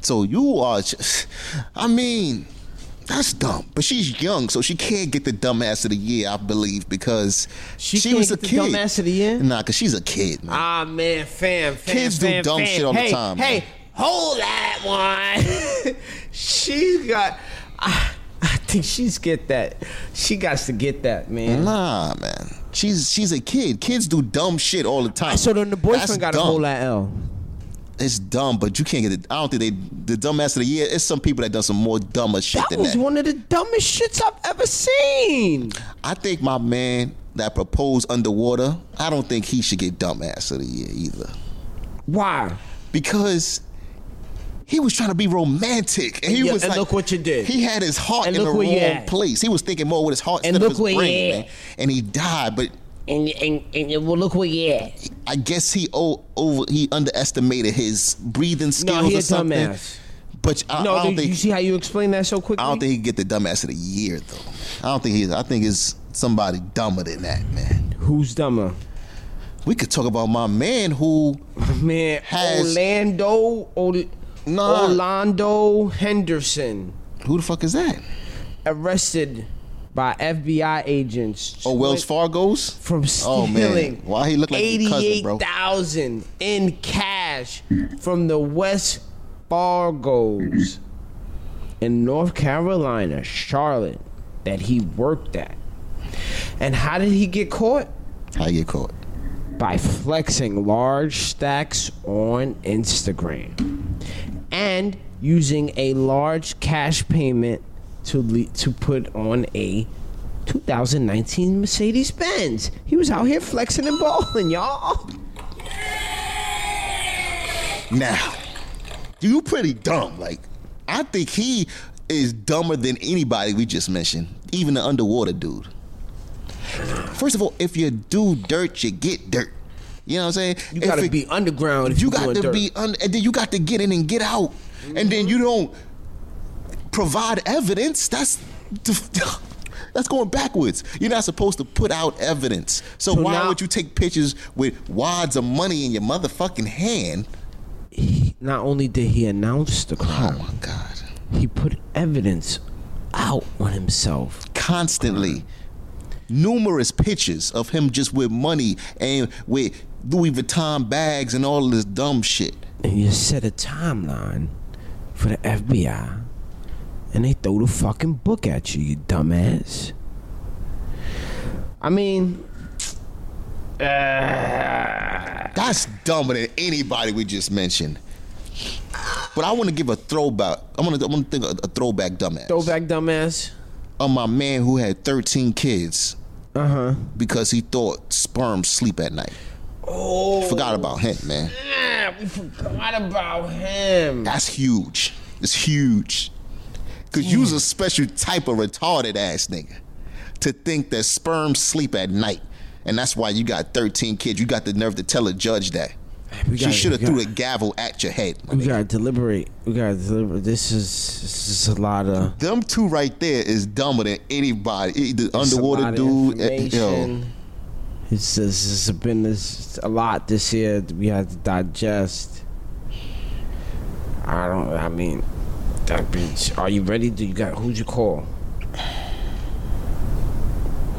Speaker 2: So you are, just, I mean, that's dumb. But she's young, so she can't get the dumbass of the year, I believe, because
Speaker 1: She
Speaker 2: she,
Speaker 1: can't
Speaker 2: was a
Speaker 1: get the
Speaker 2: kid.
Speaker 1: dumbass of the year?
Speaker 2: Nah, cause she's a kid, man.
Speaker 1: Ah, man, fam, fam,
Speaker 2: Kids do
Speaker 1: fam,
Speaker 2: dumb
Speaker 1: fam.
Speaker 2: shit all the
Speaker 1: Hey,
Speaker 2: time,
Speaker 1: Hey,
Speaker 2: man.
Speaker 1: hold that one. she's got. I, I think she's get that. She got to get that, man.
Speaker 2: Nah, man. She's she's a kid. Kids do dumb shit all the time.
Speaker 1: So then the boyfriend
Speaker 2: That's
Speaker 1: got
Speaker 2: dumb.
Speaker 1: a whole lot L.
Speaker 2: It's dumb, but you can't get it. I don't think they the dumbass of the year. It's some people that done some more dumber shit
Speaker 1: That
Speaker 2: than
Speaker 1: was
Speaker 2: that.
Speaker 1: one of the dumbest shits I've ever seen.
Speaker 2: I think my man that proposed underwater. I don't think he should get dumbass of the year either.
Speaker 1: Why?
Speaker 2: because he was trying to be romantic, and he
Speaker 1: Yeah,
Speaker 2: was
Speaker 1: and
Speaker 2: like,
Speaker 1: look what you did.
Speaker 2: He had his heart
Speaker 1: And
Speaker 2: in the
Speaker 1: look where you
Speaker 2: wrong
Speaker 1: at.
Speaker 2: place. He was thinking more with his heart
Speaker 1: And
Speaker 2: instead
Speaker 1: look
Speaker 2: of
Speaker 1: where
Speaker 2: his
Speaker 1: you
Speaker 2: brain,
Speaker 1: at.
Speaker 2: man. And he died, but
Speaker 1: And and and well, look where you at.
Speaker 2: I guess he o- over he underestimated his breathing skills
Speaker 1: he a
Speaker 2: or something.
Speaker 1: dumbass.
Speaker 2: But I,
Speaker 1: No,
Speaker 2: I don't
Speaker 1: dude, you
Speaker 2: think
Speaker 1: see how you explain that so quickly.
Speaker 2: I don't think he could get the dumbass of the year though. I don't think he's. I think it's somebody dumber than that, man.
Speaker 1: Who's dumber,
Speaker 2: We could talk about my man who
Speaker 1: man?
Speaker 2: Has-
Speaker 1: Orlando, Ol-
Speaker 2: Nah.
Speaker 1: Orlando Henderson.
Speaker 2: who the fuck is that?
Speaker 1: arrested by FBI agents.
Speaker 2: Oh, Wells Fargo's
Speaker 1: From
Speaker 2: Oh
Speaker 1: stealing
Speaker 2: man, why he look like your cousin,
Speaker 1: eighty-eight
Speaker 2: bro?
Speaker 1: thousand in cash from the West Fargo's in North Carolina, Charlotte, that he worked at. And how did he get caught?
Speaker 2: How you get caught?
Speaker 1: by flexing large stacks on Instagram and using a large cash payment to le- to put on a 2019 Mercedes Benz. He was out here flexing and balling, y'all.
Speaker 2: Now, you pretty dumb. Like, I think he is dumber than anybody we just mentioned, even the underwater dude. First of all, if you do dirt, you get dirt. You know what I'm saying?
Speaker 1: You
Speaker 2: If
Speaker 1: gotta
Speaker 2: it-
Speaker 1: be underground. If
Speaker 2: You
Speaker 1: you,
Speaker 2: got
Speaker 1: doing
Speaker 2: to
Speaker 1: dirt.
Speaker 2: be under, and then you got to get in and get out, and then you don't provide evidence. That's that's going backwards. You're not supposed to put out evidence. So,
Speaker 1: So
Speaker 2: why
Speaker 1: now-
Speaker 2: would you take pictures with wads of money in your motherfucking hand?
Speaker 1: Not only did he announce the
Speaker 2: Oh
Speaker 1: crime,
Speaker 2: my god!
Speaker 1: he put evidence out on himself.
Speaker 2: Constantly, numerous pictures of him just with money and with Louis Vuitton bags and all this dumb shit.
Speaker 1: And you set a timeline for the FBI, and they throw the fucking book at you, you dumbass. I mean,
Speaker 2: That's dumber than anybody we just mentioned. But I want to give a throwback. I want to. I want to think a, a throwback dumbass.
Speaker 1: throwback dumbass.
Speaker 2: Of my man who had 13 kids
Speaker 1: Uh huh.
Speaker 2: because he thought sperm sleep at night.
Speaker 1: Oh,
Speaker 2: Forgot about him, man.
Speaker 1: yeah, we forgot about him.
Speaker 2: That's huge. It's huge. Cause you's a special type of retarded ass nigga. To think that sperm sleep at night. And that's why you got 13 kids. You got the nerve to tell a judge that.
Speaker 1: We
Speaker 2: She
Speaker 1: gotta-
Speaker 2: should have
Speaker 1: we
Speaker 2: threw
Speaker 1: gotta-
Speaker 2: the gavel at your head. my
Speaker 1: We
Speaker 2: nigga.
Speaker 1: gotta deliberate. We gotta deliberate. This is this is a lot of
Speaker 2: Them two right there is dumber than anybody. Eh, The
Speaker 1: It's a
Speaker 2: underwater
Speaker 1: lot of
Speaker 2: dude. eh, Yo,
Speaker 1: information. It's just it's been this a lot this year. that We had to digest. I don't. I mean, that bitch. Are you ready? Do you got who's your call?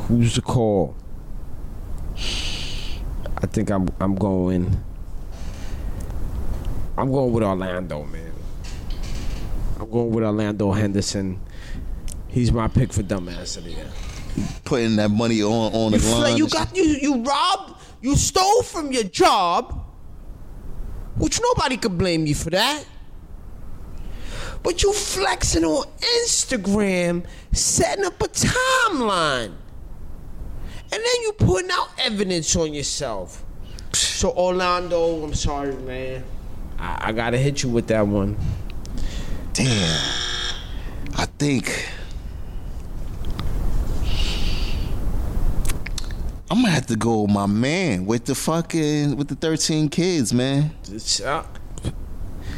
Speaker 1: Who's the call? I think I'm I'm going. I'm going with Orlando, man. I'm going with Orlando Henderson. He's my pick for dumbass of the year.
Speaker 2: putting that money on on
Speaker 1: You
Speaker 2: the
Speaker 1: fla-
Speaker 2: line.
Speaker 1: you
Speaker 2: and shit.
Speaker 1: got you you robbed you stole from your job, which nobody could blame you for that. But you flexing on Instagram, setting up a timeline, and then you putting out evidence on yourself. So Orlando, I'm sorry, man. I, I gotta hit you with that one.
Speaker 2: Damn. I think I'm gonna have to go with my man with the fucking with the 13 kids, man.
Speaker 1: It's, uh,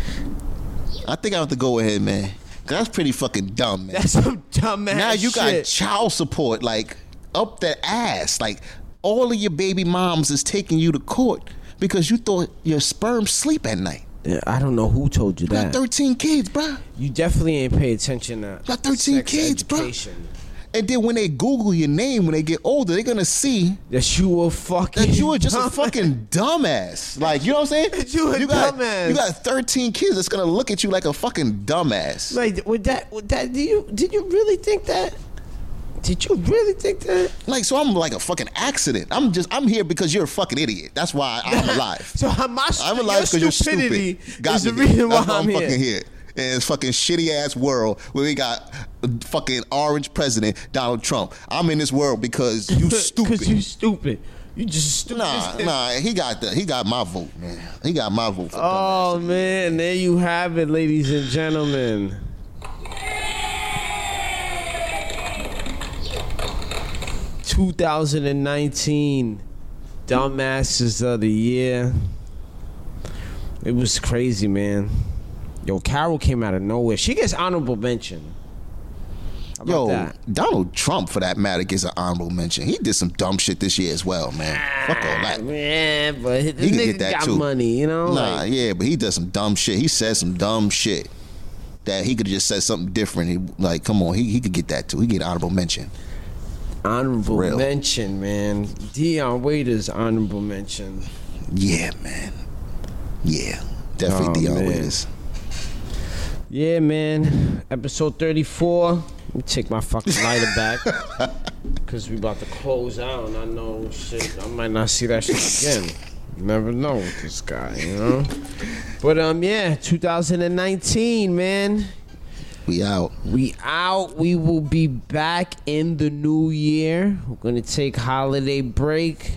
Speaker 2: I think I have to go with him, man. 'Cause That's pretty fucking dumb, man.
Speaker 1: that's some dumbass.
Speaker 2: now you got
Speaker 1: shit.
Speaker 2: child support like up the ass. Like all of your baby moms is taking you to court because you thought your sperm sleep at night.
Speaker 1: Yeah, I don't know who told you
Speaker 2: You
Speaker 1: that.
Speaker 2: got 13 kids, bruh.
Speaker 1: You definitely ain't pay attention to
Speaker 2: Got 13
Speaker 1: sex
Speaker 2: kids, bro.
Speaker 1: education.
Speaker 2: And then when they Google your name when they get older, they're gonna see
Speaker 1: That you were fucking.
Speaker 2: that you were just a
Speaker 1: dumb.
Speaker 2: fucking dumbass. Like, you know what I'm saying?
Speaker 1: You a
Speaker 2: got,
Speaker 1: dumbass.
Speaker 2: You got 13 kids that's gonna look at you like a fucking dumbass.
Speaker 1: Like with that, with that. Do you did you really think that? Did you really think that?
Speaker 2: Like, so I'm like a fucking accident. I'm just, I'm here because you're a fucking idiot. That's why I'm alive.
Speaker 1: So how my
Speaker 2: I'm alive because
Speaker 1: your
Speaker 2: you're
Speaker 1: stupidity
Speaker 2: stupid. Got
Speaker 1: is
Speaker 2: me
Speaker 1: the
Speaker 2: here.
Speaker 1: reason why
Speaker 2: That's
Speaker 1: I'm
Speaker 2: fucking
Speaker 1: here.
Speaker 2: here. In this fucking shitty ass world where we got fucking orange president Donald Trump. I'm in this world because you stupid.
Speaker 1: Because you stupid. You just stupid.
Speaker 2: Nah, nah, he got the he got my vote, man. He got my vote. For dumbass.
Speaker 1: Oh man, there you have it, ladies and gentlemen. Two thousand and nineteen Dumbasses of the Year. It was crazy, man. Yo, Carol came out of nowhere. She gets honorable mention. How about
Speaker 2: Yo,
Speaker 1: that?
Speaker 2: Donald Trump, for that matter, gets an honorable mention. He did some dumb shit this year as well, man. Fuck all that.
Speaker 1: Yeah, but this
Speaker 2: He could
Speaker 1: nigga
Speaker 2: get that
Speaker 1: got
Speaker 2: too.
Speaker 1: money, you Ah, know?
Speaker 2: Nah,
Speaker 1: Like,
Speaker 2: yeah, but he does some dumb shit. He said some dumb shit that he could have just said something different. He, like, come on, he, he could get that too. He get honorable mention.
Speaker 1: honorable
Speaker 2: Real.
Speaker 1: mention, man. Dion Waiters honorable mention.
Speaker 2: Yeah, man. Yeah, definitely
Speaker 1: Oh,
Speaker 2: Deion
Speaker 1: man.
Speaker 2: Waiters.
Speaker 1: Yeah, man. Episode 34. Let me take my fucking lighter back. Because we about to close out, and I know shit. I might not see that shit again. You never know with this guy, you know? But, um, yeah, 2019, man.
Speaker 2: We out.
Speaker 1: We out. We will be back in the new year. We're gonna take holiday break.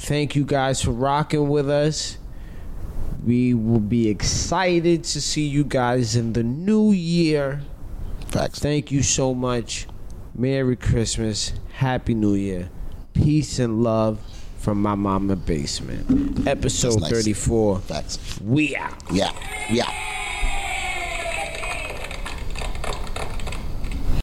Speaker 1: Thank you guys for rocking with us. We will be excited to see you guys in the new year.
Speaker 2: Facts.
Speaker 1: Thank you so much. Merry Christmas. Happy New Year. Peace and love from my mama basement. Episode
Speaker 2: nice.
Speaker 1: 34.
Speaker 2: Facts.
Speaker 1: We out.
Speaker 2: Yeah. Yeah.